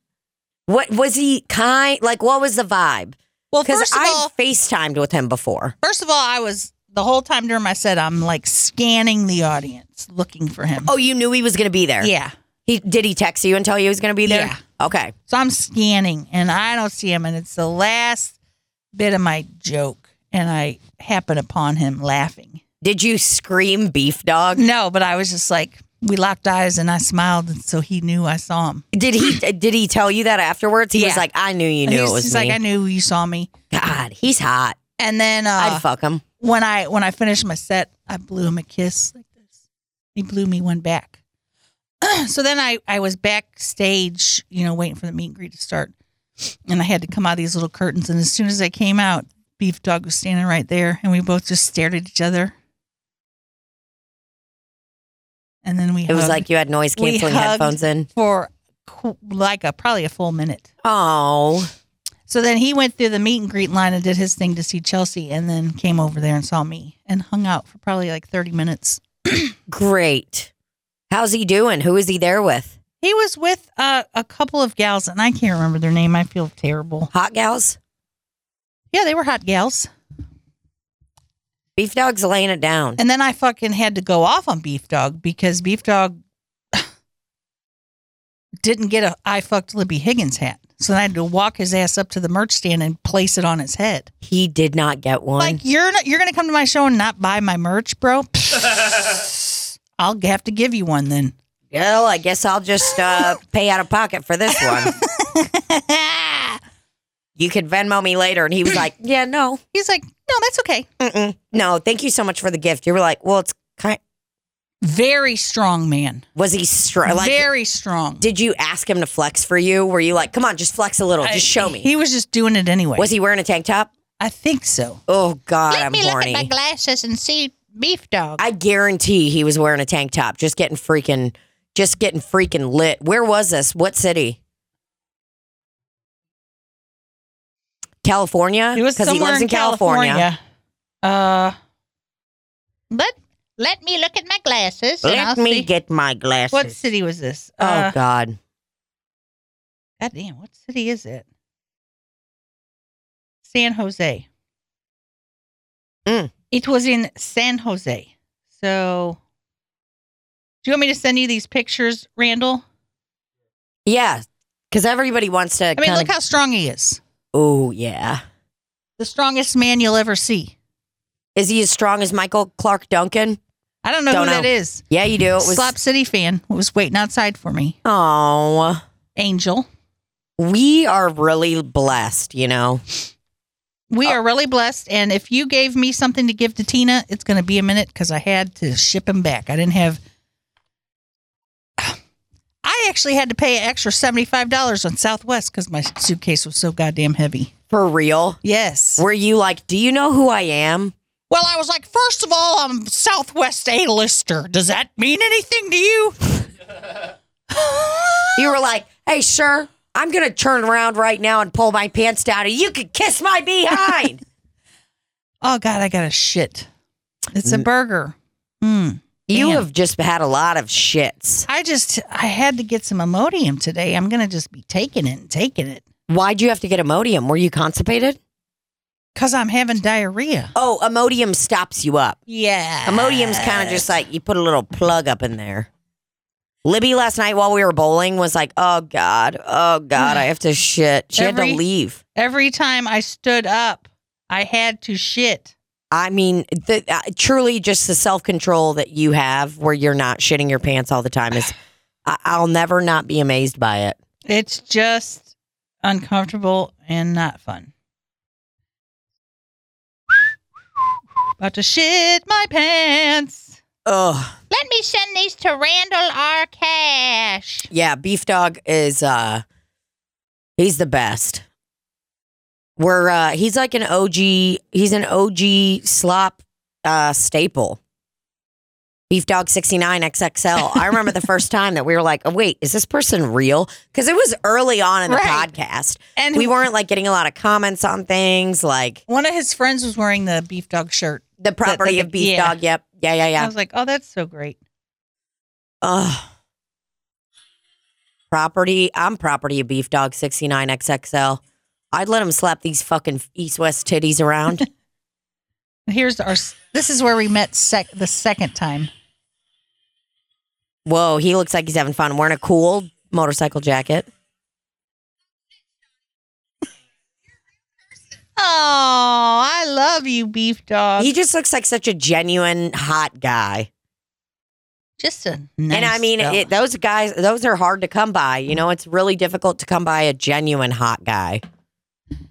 D: What was he kind? Like, what was the vibe?
B: Well,
D: Because
B: first of
D: I
B: all,
D: FaceTimed with him before.
B: First of all, I was the whole time during my set, I'm like scanning the audience looking for him.
D: Oh, you knew he was going to be there.
B: yeah.
D: He did. He text you and tell you he was going to be there.
B: Yeah.
D: Okay.
B: So I'm scanning and I don't see him. And it's the last bit of my joke. And I happen upon him laughing.
D: Did you scream beef dog?
B: No, but I was just like, we locked eyes and I smiled. And so he knew I saw him. <laughs>
D: Did he? did he tell you that afterwards? He was
B: Yeah.
D: like, I knew you knew
B: he's
D: it was
B: he's
D: me.
B: like, I knew you saw me.
D: God, he's hot.
B: And then uh,
D: I'd fuck him.
B: when I when I finished my set, I blew him a kiss like this. He blew me one back. <clears throat> so then I I was backstage, you know, waiting for the meet and greet to start, and I had to come out of these little curtains. And as soon as I came out, Beef Dog was standing right there, and we both just stared at each other. And then we
D: It was
B: hugged
D: like you had noise
B: We
D: canceling
B: hugged.
D: headphones in.
B: for qu- like a probably a full minute.
D: Oh.
B: So then he went through the meet and greet line and did his thing to see Chelsea, and then came over there and saw me and hung out for probably like thirty minutes.
D: Great. How's he doing? Who is he there with?
B: He was with uh, a couple of gals, and I can't remember their name. I feel terrible.
D: Hot gals?
B: Yeah, they were hot gals.
D: Beef dog's laying it down.
B: And then I fucking had to go off on Beef Dog because Beef Dog <sighs> didn't get a I fucked Libby Higgins hat. So then I had to walk his ass up to the merch stand and place it on his head.
D: He did not get one.
B: Like you're not, you're gonna come to my show and not buy my merch, bro. <laughs> I'll have to give you one then. <laughs>
D: well, I guess I'll just uh, pay out of pocket for this one. you could Venmo me later. And he was like, yeah, no,
B: He's like, no, that's okay.
D: mm-mm, no, thank you so much for the gift. You were like, well, it's kind.
B: Very strong man.
D: Was he strong? Like,
B: Very strong.
D: did you ask him to flex for you? Were you like, come on, just flex a little, Oh, just show me?
B: He was just doing it anyway.
D: was he wearing a tank top?
B: I think so.
D: Oh God, I'm horny.
B: glasses and see beef dog.
D: I guarantee he was wearing a tank top, just getting freaking, just getting freaking lit. Where was this? What city? California,
B: He was
D: he
B: somewhere
D: lives
B: in California. Uh,
F: Let let me look at my glasses. and
D: Let
F: I'll
D: me
F: see.
D: get my glasses.
B: what city was this?
D: oh
B: Uh,
D: God,
B: God damn, what city is it? San Jose.
D: Mm.
B: It was in San Jose. So, do you want me to send you these pictures, Randall?
D: yeah, because everybody wants to.
B: I mean,
D: kinda,
B: look how strong he is.
D: oh yeah,
B: The strongest man you'll ever see.
D: is he as strong as Michael Clark Duncan?
B: I don't know
D: Don't
B: who
D: know.
B: that is.
D: Yeah, you do. It was.
B: Slop City fan was waiting outside for me.
D: Oh,
B: Angel.
D: we are really blessed, you know.
B: We
D: Oh.
B: are really blessed. And if you gave me something to give to Tina, it's going to be a minute because I had to ship him back. I didn't have. <sighs> I actually had to pay an extra $75 on Southwest because my suitcase was so goddamn heavy.
D: For real,
B: Yes.
D: were you like, do you know who I am?
B: Well, I was like, first of all, I'm Southwest A-lister. Does that mean anything to you?
D: You were like, hey, sir, I'm going to turn around right now and pull my pants down and you could kiss my <laughs> behind.
B: Oh, God, I got a shit. It's a burger. Mm.
D: you
B: Damn.
D: have just had a lot of shits.
B: I just, I had to get some Imodium today. I'm going to just be taking it and taking it
D: Why'd you have to get Imodium? Were you constipated?
B: because I'm having diarrhea.
D: Oh, Imodium stops you up.
B: Yeah.
D: Imodium's kind of just like you put a little plug up in there. Libby last night while we were bowling was like, oh, God, oh, God, I have to shit. She had
B: Every-
D: to leave.
B: Every time I stood up, I had to shit.
D: I mean, the, uh, truly, just the self control that you have, where you're not shitting your pants all the time, is I, I'll never not be amazed by it.
B: It's just uncomfortable and not fun. About to shit my pants.
D: Ugh.
F: Let me send these to Randall R. Cash.
D: Yeah, Beef Dog is uh, he's the best. We're uh, he's like an OG. He's an OG slop uh, staple. Beef Dog 69 XXL. I remember the first time that we were like, oh, wait, is this person real? Because it was early on in the
B: Right.
D: podcast.
B: And
D: we weren't like getting a lot of comments on things like
B: one of his friends was wearing the beef dog shirt.
D: the property
B: like
D: of
B: a-
D: beef
B: yeah.
D: dog. Yep. Yeah, yeah,
B: I
D: yeah.
B: was like, oh, that's so great.
D: Ugh. Property. I'm property of beef dog 69 XXL. I'd let him slap these fucking east west
B: <laughs>
D: titties around.
B: Here's our, this is where we met sec- the second time.
D: Whoa, he looks like he's having fun. Wearing a cool motorcycle jacket.
B: Oh, I love you, beef dog.
D: He just looks like such a genuine hot guy.
B: just a nice
D: and I mean,
B: fella.
D: it, those guys, those are hard to come by. You know, it's really difficult to come by a genuine hot guy.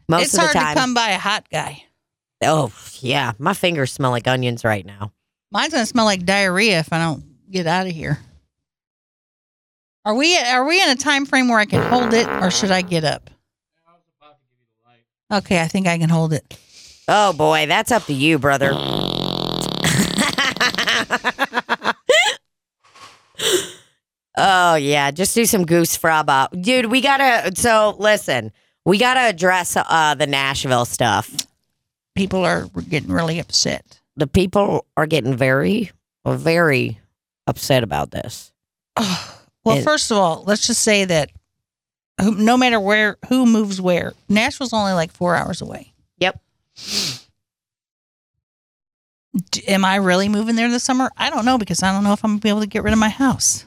D: Most
B: it's
D: of the
B: hard
D: time,
B: to come by a hot guy.
D: Oh yeah, my fingers smell like onions right now.
B: Mine's gonna smell like diarrhea if I don't get out of here. Are we are we in a time frame where I can hold it or should I get up? Okay, I think I can hold it.
D: Oh boy, that's up to you, brother. oh yeah, just do some goose fraba, dude. We gotta. So listen, we gotta address uh, the Nashville stuff.
B: People are getting really upset.
D: The people are getting very, very upset about this.
B: <sighs> Well,
D: It-
B: first of all, let's just say that who- no matter where who moves where, Nashville's only like four hours away.
D: Yep.
B: D- Am I really moving there this summer? I don't know because I don't know if I'm gonna be able to get rid of my house.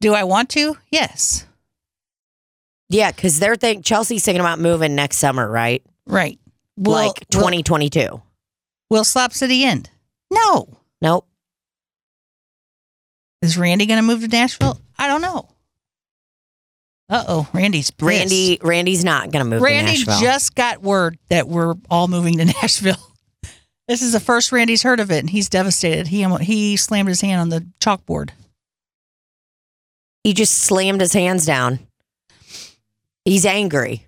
B: Do I want to? Yes.
D: Yeah, because they're think Chelsea's thinking about moving next summer, right?
B: Right. Will,
D: like
B: will-
D: twenty twenty two.
B: Will, Slop City end? No.
D: Nope.
B: Is Randy going to move to Nashville? I don't know. Uh oh, Randy's pissed.
D: Randy, Randy's not gonna move.
B: Randy
D: to Nashville.
B: just got word that we're all moving to <laughs> Nashville. This is the first Randy's heard of it, and he's devastated. He almo- he slammed his hand on the chalkboard.
D: he just slammed his hands down. He's angry,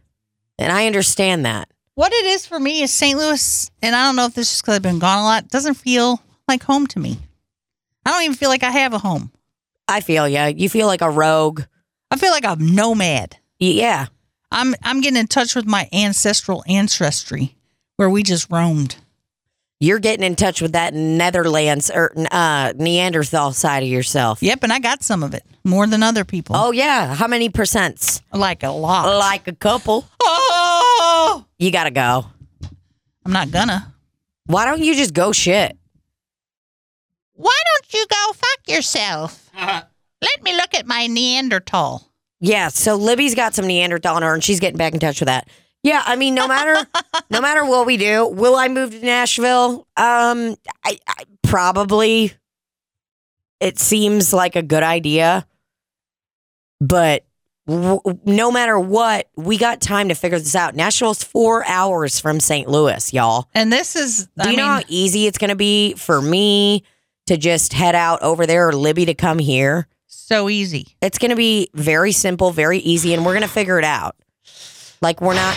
D: and I understand that.
B: What it is for me is St. Louis, and I don't know if this is because I've been gone a lot. Doesn't feel like home to me. I don't even feel like I have a home.
D: I feel yeah. You feel like a rogue.
B: I feel like I'm nomad.
D: Y- Yeah,
B: I'm I'm getting in touch with my ancestral ancestry, where we just roamed.
D: you're getting in touch with that Netherlands or uh, Neanderthal side of yourself.
B: Yep, and I got some of it more than other people.
D: Oh yeah, how many percents?
B: like a lot.
D: Like a couple.
B: oh,
D: You gotta go.
B: I'm not gonna.
D: Why don't you just go shit?
F: Why don't you go fuck
D: <laughs>
F: yourself? Let me look at my Neanderthal.
D: Yeah, so Libby's got some Neanderthal in her, and she's getting back in touch with that. Yeah, I mean, no
B: <laughs>
D: matter no matter what we do, will I move to Nashville? Um, I, I probably. It seems like a good idea, but w- no matter what, we got time to figure this out. Nashville's four hours from St. Louis, y'all.
B: And this is.
D: Do
B: I
D: you
B: mean,
D: know how easy it's going to be for me to just head out over there, or Libby to come here?
B: so easy.
D: It's going to be very simple, very easy, and we're going to figure it out. Like, we're not.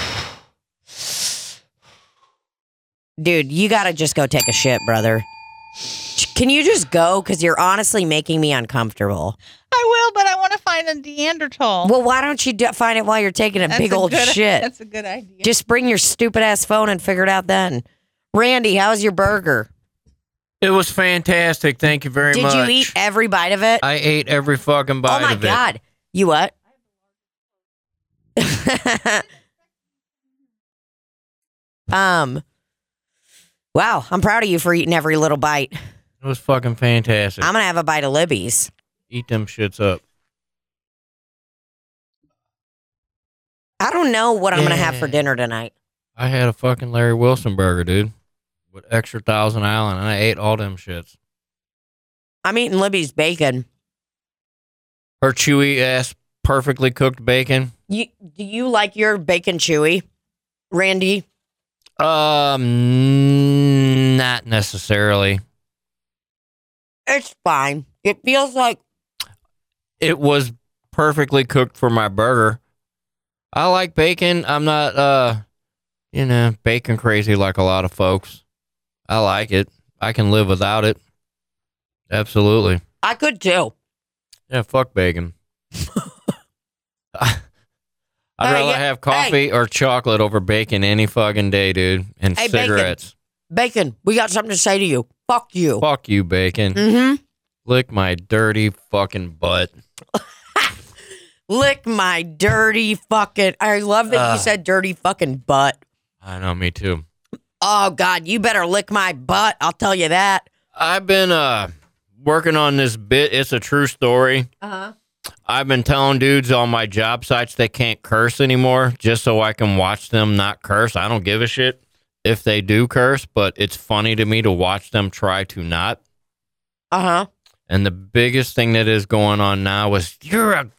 D: Dude, you got to just go take a shit, brother. Can you just go? Because you're honestly making me uncomfortable.
B: I will, but I want to find a Neanderthal.
D: Well, why don't you do- find it while you're taking a
B: That's
D: big
B: a
D: old
B: good- <laughs>
D: shit?
B: That's a good idea.
D: Just bring your stupid ass phone and figure it out then. Randy, how's your burger?
E: It was fantastic. Thank you very
D: Did
E: much.
D: you eat every bite of it?
E: I ate every fucking bite
D: oh my
E: of it.
D: god you what <laughs> um wow i'm proud of you for eating every little bite
E: It was fucking fantastic.
D: i'm gonna have a bite of libby's
E: eat them shits up.
D: i don't know what i'm gonna have for
E: Yeah.
D: dinner tonight
E: I had a fucking Larry Wilson burger, dude, with extra Thousand Island, and I ate all them shits.
D: i'm eating libby's bacon
E: Her chewy ass, perfectly cooked bacon.
D: you do you like your bacon chewy randy
E: Um, not necessarily.
D: it's fine it feels like
E: It was perfectly cooked for my burger. I like bacon. I'm not, uh, you know, bacon crazy like a lot of folks. I like it. I can live without it. Absolutely.
D: i could too
E: Yeah, fuck bacon. <laughs> I'd
D: Hey,
E: rather
D: yeah-
E: have coffee or chocolate over bacon any fucking day, dude. And
D: Hey, bacon.
E: cigarettes.
D: bacon we got something to say to you fuck you
E: Fuck you, bacon.
D: mm-hmm
E: Lick my dirty fucking butt.
D: Lick my dirty fucking. I love that
E: Ugh.
D: you said dirty fucking butt.
E: I know, me too.
D: Oh God, you better lick my butt. I'll tell you that.
E: I've been uh working on this bit. It's a true story.
D: Uh huh.
E: I've been telling dudes on my job sites they can't curse anymore just so I can watch them not curse. I don't give a shit if they do curse, but it's funny to me to watch them try to not.
D: Uh huh.
E: And the biggest thing that is going on now is you're a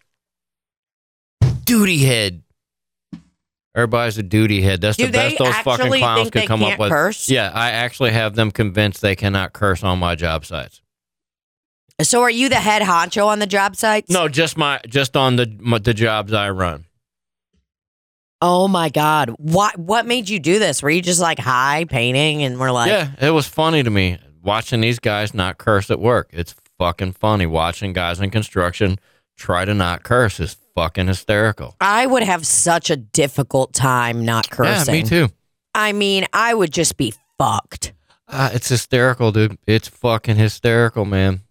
E: duty head. Everybody's a duty head. That's
D: Do
E: the
D: they
E: best those fucking
D: actually
E: clowns
D: think
E: could
D: they
E: come
D: can't
E: up with.
D: curse?
E: Yeah, I actually have them convinced they cannot curse on my job sites.
D: So are you the head honcho on the job sites?
E: No, just my just on the my, the jobs I run.
D: Oh my God. What What made you do this? Were you just like high painting and we're like,
E: yeah, it was funny to me watching these guys not curse at work. It's fucking funny watching guys in construction try to not curse is fucking hysterical.
D: I would have such a difficult time not cursing.
E: Yeah, me too.
D: I mean, I would just be fucked.
E: Uh, it's hysterical, dude. It's fucking hysterical, man.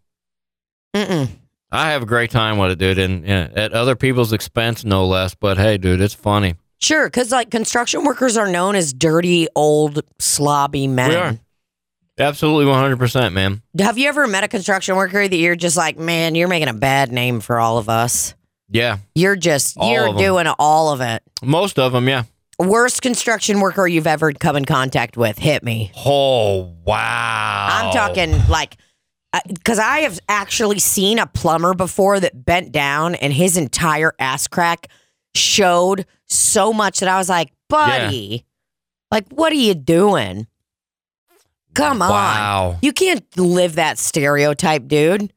D: Mm-mm.
E: I have a great time with it, dude, and yeah, at other people's expense, no less. But hey, dude, it's funny.
D: Sure, because like construction workers are known as dirty old slobby men.
E: We are absolutely one hundred percent, man.
D: Have you ever met a construction worker that you're just like, man, you're making a bad name for all of us?
E: Yeah,
D: You're just,
E: All
D: you're
E: of 'em.
D: doing all of it.
E: most of them, yeah.
D: Worst construction worker you've ever come in contact with, hit me.
E: Oh wow!
D: I'm talking like, because I have actually seen a plumber before that bent down and his entire ass crack showed so much that I was like, buddy, like, what are you doing? Come on.
E: Wow.
D: You can't live that stereotype, dude.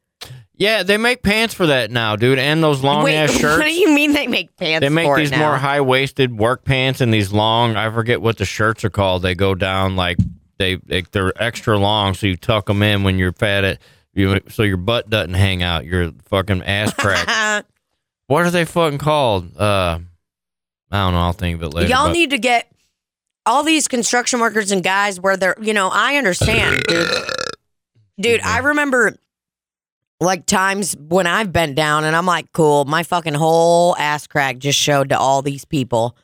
E: Yeah, they make pants for that now, dude, and those long
D: Wait,
E: ass
D: <laughs>
E: shirts.
D: what do you mean they make pants
E: they make
D: for it
E: these
D: now?
E: more high waisted work pants and these long. I forget what the shirts are called. They go down like they, they they're extra long, so you tuck them in when you're fat. At you, so your butt doesn't hang out. Your fucking
D: <laughs>
E: ass crack. what are they fucking called? Uh, I don't know. I'll think of it later.
D: Y'all
E: but-
D: need to get all these construction workers and guys where they're, you know, I understand, dude. Dude, I remember like times when I've bent down and I'm like, cool, my fucking whole ass crack just showed to all these people.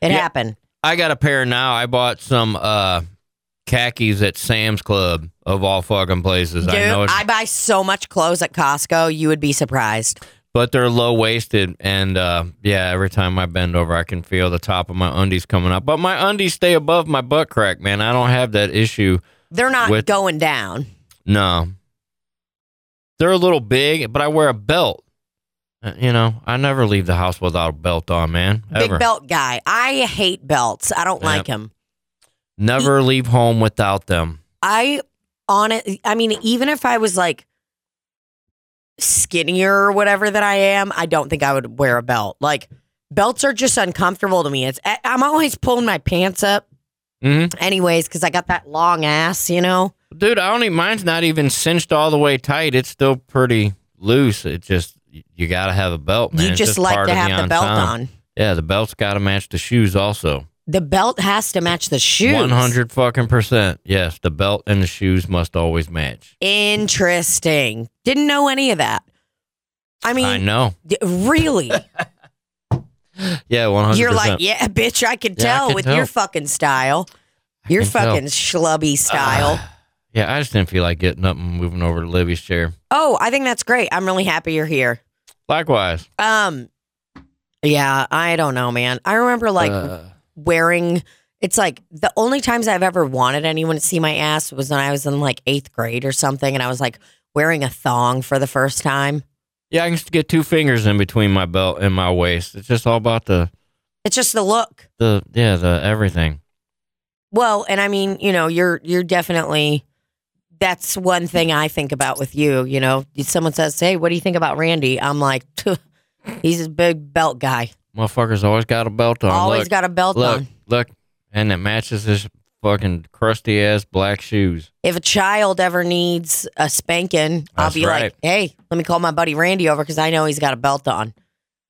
D: It
E: Yeah.
D: happened.
E: I got a pair now. I bought some uh khakis at Sam's Club of all fucking places.
D: Dude,
E: I know, it's,
D: I buy so much clothes at Costco, you would be surprised.
E: but they're low waisted, and uh yeah, every time I bend over, I can feel the top of my undies coming up. But my undies stay above my butt crack, man. I don't have that issue.
D: They're not
E: With-
D: going down.
E: No, they're a little big, but I wear a belt. Uh, You know, I never leave the house without a belt on, man. Ever.
D: Big belt guy. I hate belts. I don't
E: Yeah.
D: like them.
E: Never leave home without them.
D: I on it. I mean, even if I was like skinnier or whatever that I am, I don't think I would wear a belt. Like belts are just uncomfortable to me. It's I- I'm always pulling my pants up,
E: hmm
D: anyways, because I got that long ass. You know,
E: Dude, I don't even mine's not even cinched all the way tight. It's still pretty loose. It just you gotta have a belt, man.
D: you
E: It's
D: just, like
E: part
D: to
E: of
D: have the belt
E: ensemble.
D: on.
E: Yeah, the belt's gotta match the shoes also.
D: The belt has to match the shoes.
E: One hundred fucking percent. Yes, the belt and the shoes must always match.
D: Interesting. Didn't know any of that. I mean,
E: I know.
D: d- really?
E: Yeah, one hundred
D: You're like, yeah, bitch, I can
E: Yeah, I
D: tell
E: can
D: with
E: tell.
D: your fucking style. Your
E: can tell. Ah.
D: fucking schlubby style.
E: <sighs> Yeah, I just didn't feel like getting up and moving over to Libby's chair.
D: Oh, I think that's great. I'm really happy you're here.
E: Likewise.
D: Um yeah, I don't know, man. I remember like
E: Uh,
D: wearing it's like the only times I've ever wanted anyone to see my ass was when I was in like 8th grade or something and I was like wearing a thong for the first time.
E: yeah, I can just get two fingers in between my belt and my waist. It's just all about the
D: It's just the look.
E: the yeah, the everything.
D: Well, and I mean, you know, you're you're definitely that's one thing I think about with you, you know. Someone says, "Hey, what do you think about Randy?" I'm like, "He's a big belt guy.
E: Motherfucker's always got a belt on.
D: Always
E: Oh, Look.
D: got a belt
E: look,
D: on."
E: look, and it matches his fucking crusty ass black shoes.
D: if a child ever needs a spanking, I'll
E: That's
D: be
E: right.
D: like, hey, let me call my buddy Randy over because I know he's got a belt on.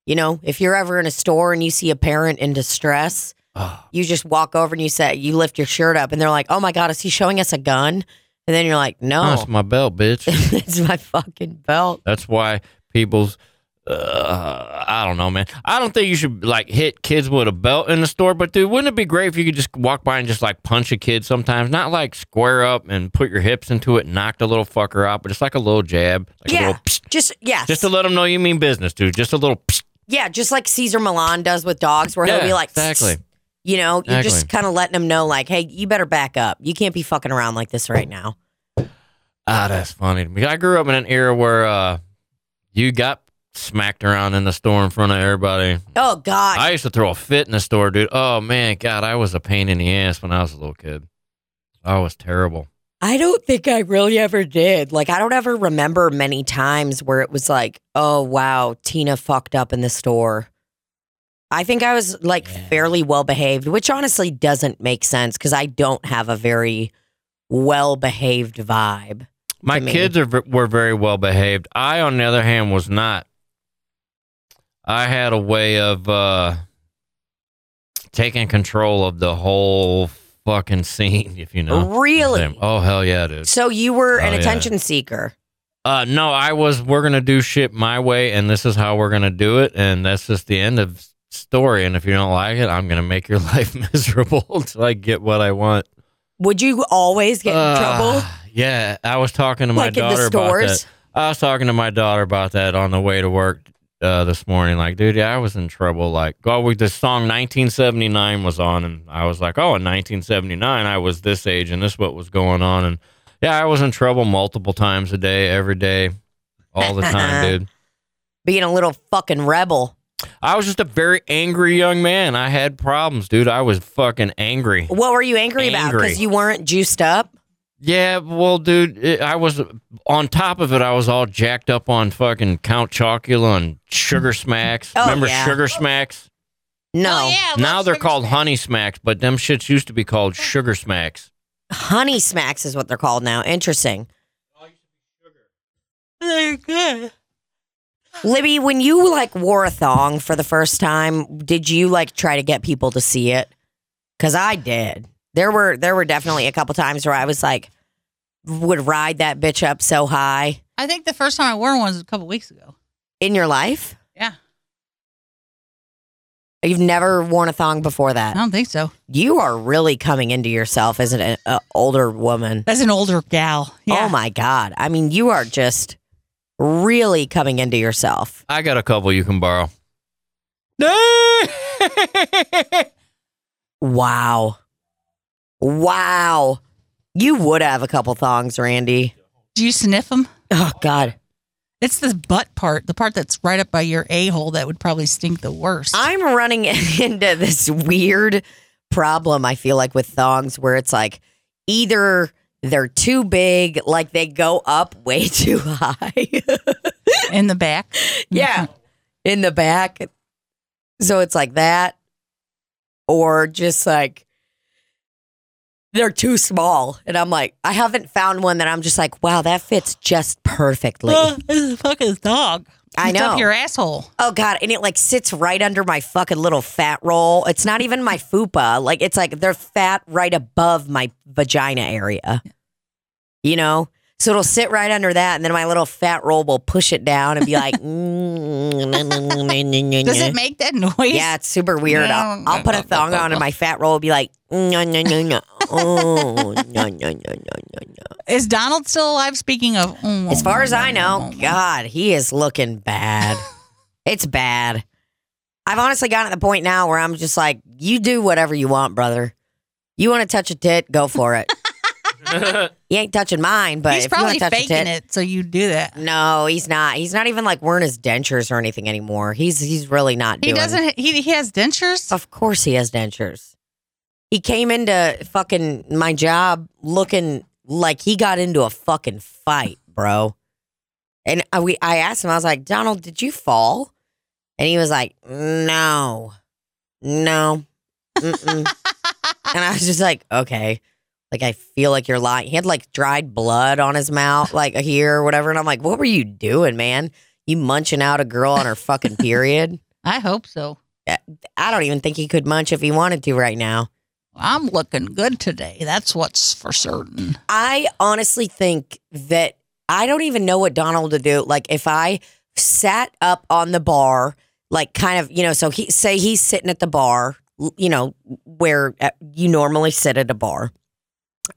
D: You know, if you're ever in a store and you see a parent in distress,
E: Oh,
D: you just walk over and you say, you lift your shirt up and they're like, oh my God, is he showing us a gun? And then you're like, no,
E: that's my
D: <laughs>
E: belt, bitch.
D: it's my fucking belt.
E: that's why people's. Uh, I don't know, man. I don't think you should like hit kids with a belt in the store, but dude, wouldn't it be great if you could just walk by and just like punch a kid sometimes? Not like square up and put your hips into it and knock the little fucker out, but just like a little jab, like a
D: Yeah.
E: little psst,
D: Just, yes.
E: just to let them know you mean business, dude. Just a little psst.
D: yeah, just like Caesar Milan does with dogs where he'll be like,
E: exactly.
D: you know, you're just
E: Exactly.
D: kind of letting them know, like, hey, you better back up. You can't be fucking around like this right now.
E: Ah, that's funny to me. I grew up in an era where uh, you got smacked around in the store in front of everybody.
D: Oh, God.
E: I used to throw a fit in the store, dude. Oh man, God, I was a pain in the ass when I was a little kid. I was terrible.
D: I don't think I really ever did. Like, I don't ever remember many times where it was like, oh, wow, Tina fucked up in the store. I think I was like
E: Yeah.
D: fairly well behaved, which honestly doesn't make sense because I don't have a very well behaved vibe.
E: My
D: To me.
E: kids are, were very well behaved. I, on the other hand, was not. I had a way of uh, taking control of the whole fucking scene, <laughs> if you know. what I'm
D: Really?
E: saying. Oh hell yeah, dude.
D: So you were
E: Oh,
D: an
E: yeah.
D: attention seeker.
E: Uh, no, I was. We're gonna do shit my way, and this is how we're gonna do it, and that's just the end of s- story. And if you don't like it, I'm gonna make your <laughs> life miserable till I get what I want.
D: Would you always get in
E: Uh,
D: trouble?
E: Yeah, I was talking to my
D: Like in the
E: daughter about
D: stores?
E: that. I was talking to my daughter about that on the way to work uh, this morning. Like, dude, yeah, I was in trouble. Like, oh, we, the song 1979 was on, and I was like, oh, in 1979, I was this age, and this what was going on. And yeah, I was in trouble multiple times a day, every day, all the time, dude.
D: Being a little fucking rebel.
E: I was just a very angry young man. I had problems, dude. I was fucking angry.
D: What were you angry, about?
E: Angry.
D: Because you weren't juiced up.
E: Yeah, well, dude, it, I was on top of it. I was all jacked up on fucking Count Chocula and Sugar Smacks.
D: Oh,
E: Remember
D: yeah.
E: Sugar Smacks?
D: No,
B: Oh, yeah, I love
E: now they're
B: sugar
E: called
B: smacks.
E: Honey Smacks, but them shits used to be called Sugar Smacks.
D: honey smacks is what they're called now. Interesting.
B: They're good.
D: Libby, when you like wore a thong for the first time, did you like try to get people to see it? Cause I did. There were there were definitely a couple times where I was like, would ride that bitch up so high
B: I think the first time I wore one was a couple weeks ago.
D: in your life.
B: Yeah,
D: You've never worn a thong before
B: I
D: that.
B: don't think so.
D: You are really coming into yourself as an uh, older woman.
B: That's an older gal. Yeah.
D: Oh my god! I mean, you are just really coming into
E: <laughs>
D: yourself.
E: I got a couple you can borrow.
D: Wow, wow. You would have a couple thongs, Randy.
B: Do you sniff them?
D: Oh god.
B: It's the butt part, the part that's right up by your a hole that would probably stink the worst.
D: I'm running <laughs> into this weird problem I feel like with thongs where it's like either they're too big, like they go up way <laughs> too high.
B: in the back.
D: yeah. <laughs> In the back. So it's like that. Or just like they're too small. And I'm like, I haven't found one that I'm just like, wow, that fits just perfectly.
B: Uh, this is a fucking dog.
D: I
B: It's
D: know.
B: Up your asshole.
D: Oh god, and it like sits right under my fucking little fat roll. It's not even my fupa. Like it's like they're fat right above my vagina area. You know? So it'll sit right under that, and then my little fat roll will push it down and
B: <laughs>
D: be like,
B: Does
D: does <laughs>
B: it make that <laughs> noise?
D: Yeah, it's super weird. I'll, I'll put a thong on, and my fat roll will be like, "Mm, no, no, no, no. Oh, no, no, no, no, no, no.
B: Is Donald still alive? Speaking of, mm,
D: As far as I know, God, he is
B: <laughs>
D: looking bad. It's bad. I've honestly gotten to the point now where I'm just like, you do whatever you want, brother. You want to touch a tit, go for it.
B: <laughs>
D: <laughs> you ain't touching mine, but
B: he's
D: if you
B: probably
D: want to touch a tit,
B: faking it, so you do that.
D: no, he's not. He's not even like wearing his dentures or anything anymore. He's he's really not
B: He
D: doing.
B: doesn't. He he has dentures.
D: Of course, he has dentures. He came into fucking my job looking like he got into a fucking fight, bro. And I, we, I asked him, I was like, Donald, did you fall? And he was like, No, no, mm-mm. and I was just like, Okay. Like I feel like you're lying. He had like dried blood on his mouth, like here or whatever. And I'm like, what were you doing, man? You munching out a girl on her fucking period?
B: I hope so.
D: I don't even think he could munch if he wanted to right now.
B: I'm looking good today. That's what's for certain.
D: I honestly think that I don't even know what Donald to do. Like if I sat up on the bar, like kind of, you know, so he say he's sitting at the bar, l- you know, where uh, you normally sit at a bar.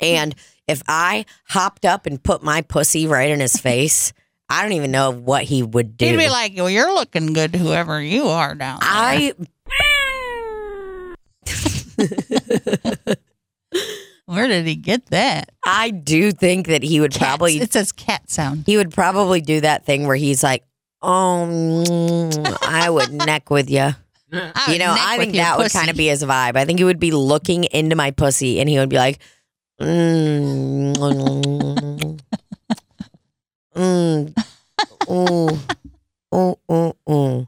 D: And if I hopped up and put my pussy
B: <laughs>
D: right in his face, I don't even know what he would do.
B: He'd be like, "Well, you're looking good, whoever you are down there."
D: I
B: Where did he get that?
D: <laughs> I do think that he would
B: Cats.
D: probably
B: it says cat sound.
D: he would probably do that thing where he's like, "Oh, mm,
B: <laughs>
D: I would neck with you."
B: I
D: <laughs> You know,
B: neck
D: I
B: with
D: think
B: your
D: that would
B: pussy.
D: kind of be his vibe. I think he would be looking into my pussy, and he would be like, "Mm, mm, mm, mm, mm, mm, mm."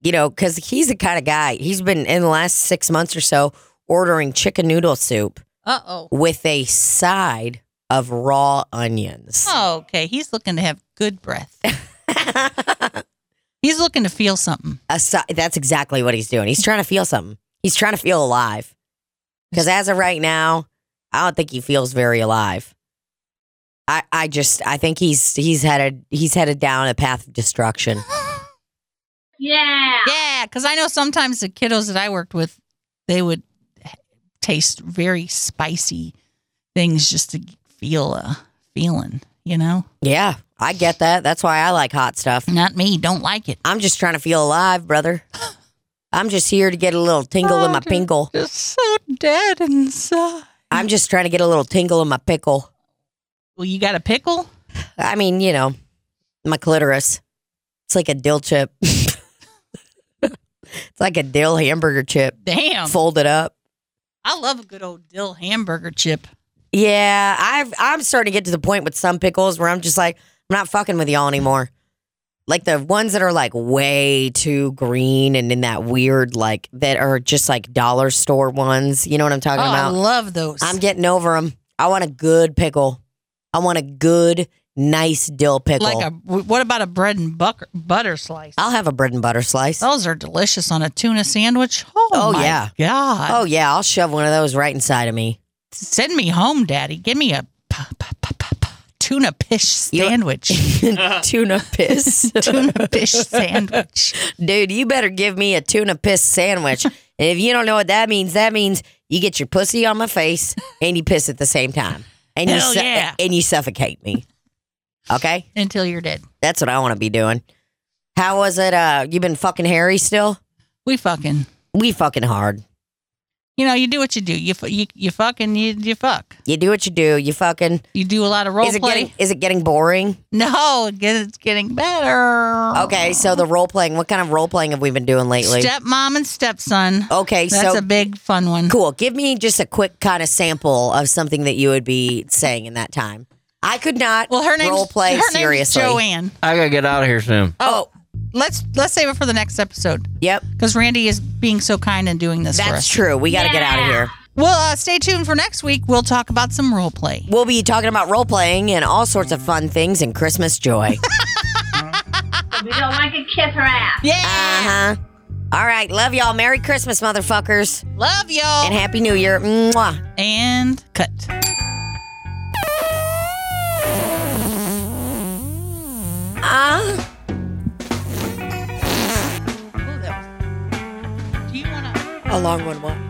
D: you know, because he's the kind of guy. He's been in the last six months or so ordering chicken noodle soup
B: Uh oh.
D: with a side of raw onions.
B: Oh, okay. He's looking to have good breath.
D: <laughs>
B: He's looking to feel something.
D: aside, that's exactly what he's doing. He's trying to feel something. He's trying to feel alive. Because as of right now, I don't think he feels very alive. I, I just I think he's he's headed he's headed down a path of destruction.
B: Yeah, because I know sometimes the kiddos that I worked with, they would taste very spicy things just to feel a feeling. You know,
D: Yeah, I get that. That's why I like hot stuff.
B: not me. Don't like it.
D: I'm just trying to feel alive, brother. I'm just here to get a little tingle in my pinkle.
B: Just so dead inside.
D: I'm just trying to get a little tingle in my pickle.
B: Well, you got a pickle?
D: I <laughs> mean, you know, my clitoris. It's like a dill chip. It's like a dill hamburger chip
B: Damn.
D: folded up.
B: I love a good old dill hamburger chip.
D: Yeah, I've I'm starting to get to the point with some pickles where I'm just like, I'm not fucking with y'all anymore. Like the ones that are like way too green and in that weird like that are just like dollar store ones. You know what I'm
B: Oh,
D: talking
B: I
D: about?
B: love those.
D: I'm getting over them. I want a good pickle. I want a good, nice dill pickle.
B: like a. What about a bread and buck, butter slice?
D: I'll have a bread and butter slice. Oh,
B: Those are delicious on a tuna sandwich. Oh,
D: Oh,
B: my
D: yeah. Oh,
B: God.
D: yeah, I'll shove one of those right inside
B: <laughs>
D: of me. <laughs>
B: Send me home, Daddy. Give me a p- p- p- p- p- tuna fish
D: You-
B: sandwich.
D: <laughs> tuna piss.
B: <laughs> tuna fish sandwich.
D: <laughs> Dude, you better give me a tuna piss sandwich. and if you don't know what that means, that means you get your pussy on my face and you piss at the same time. And
B: Hell
D: you su-
B: yeah.
D: and you suffocate me. Okay?
B: Until you're dead.
D: That's what I want to be doing. How was it? Uh you been fucking hairy still?
B: We fucking.
D: We fucking hard.
B: You know, you do what you do. You fu- you, you fucking you, you fuck.
D: You do what you do. You fucking
B: You do a lot of role
D: Is it
B: play.
D: getting is it getting boring?
B: no, it get- it's getting better.
D: Okay, so the role playing, what kind of role playing have we been doing lately?
B: Stepmom and stepson.
D: okay,
B: That's
D: so
B: a big fun one.
D: Cool. Give me just a quick kind of sample of something that you would be saying in that time. I could not
B: Well, her name's
D: role play
B: her
D: seriously.
B: Name's Joanne.
E: I gotta get out of here soon.
D: Oh,
B: Let's let's save it for the next episode
D: yep.
B: because Randy is being so kind and doing this for
D: That's
B: us.
D: true. We got to get out of here.
B: Well, uh, stay tuned for next week. We'll talk about some role play.
D: We'll be talking about role playing and all sorts of fun things and
B: <laughs>
D: Christmas joy.
G: We don't like to kiss her ass.
B: Yeah,
D: uh huh. All right. Love y'all. Merry Christmas, motherfuckers.
B: love y'all.
D: And Happy New Year. Mwah.
B: and cut.
D: Uh,
B: Do you want to?
D: a long one. Mwah.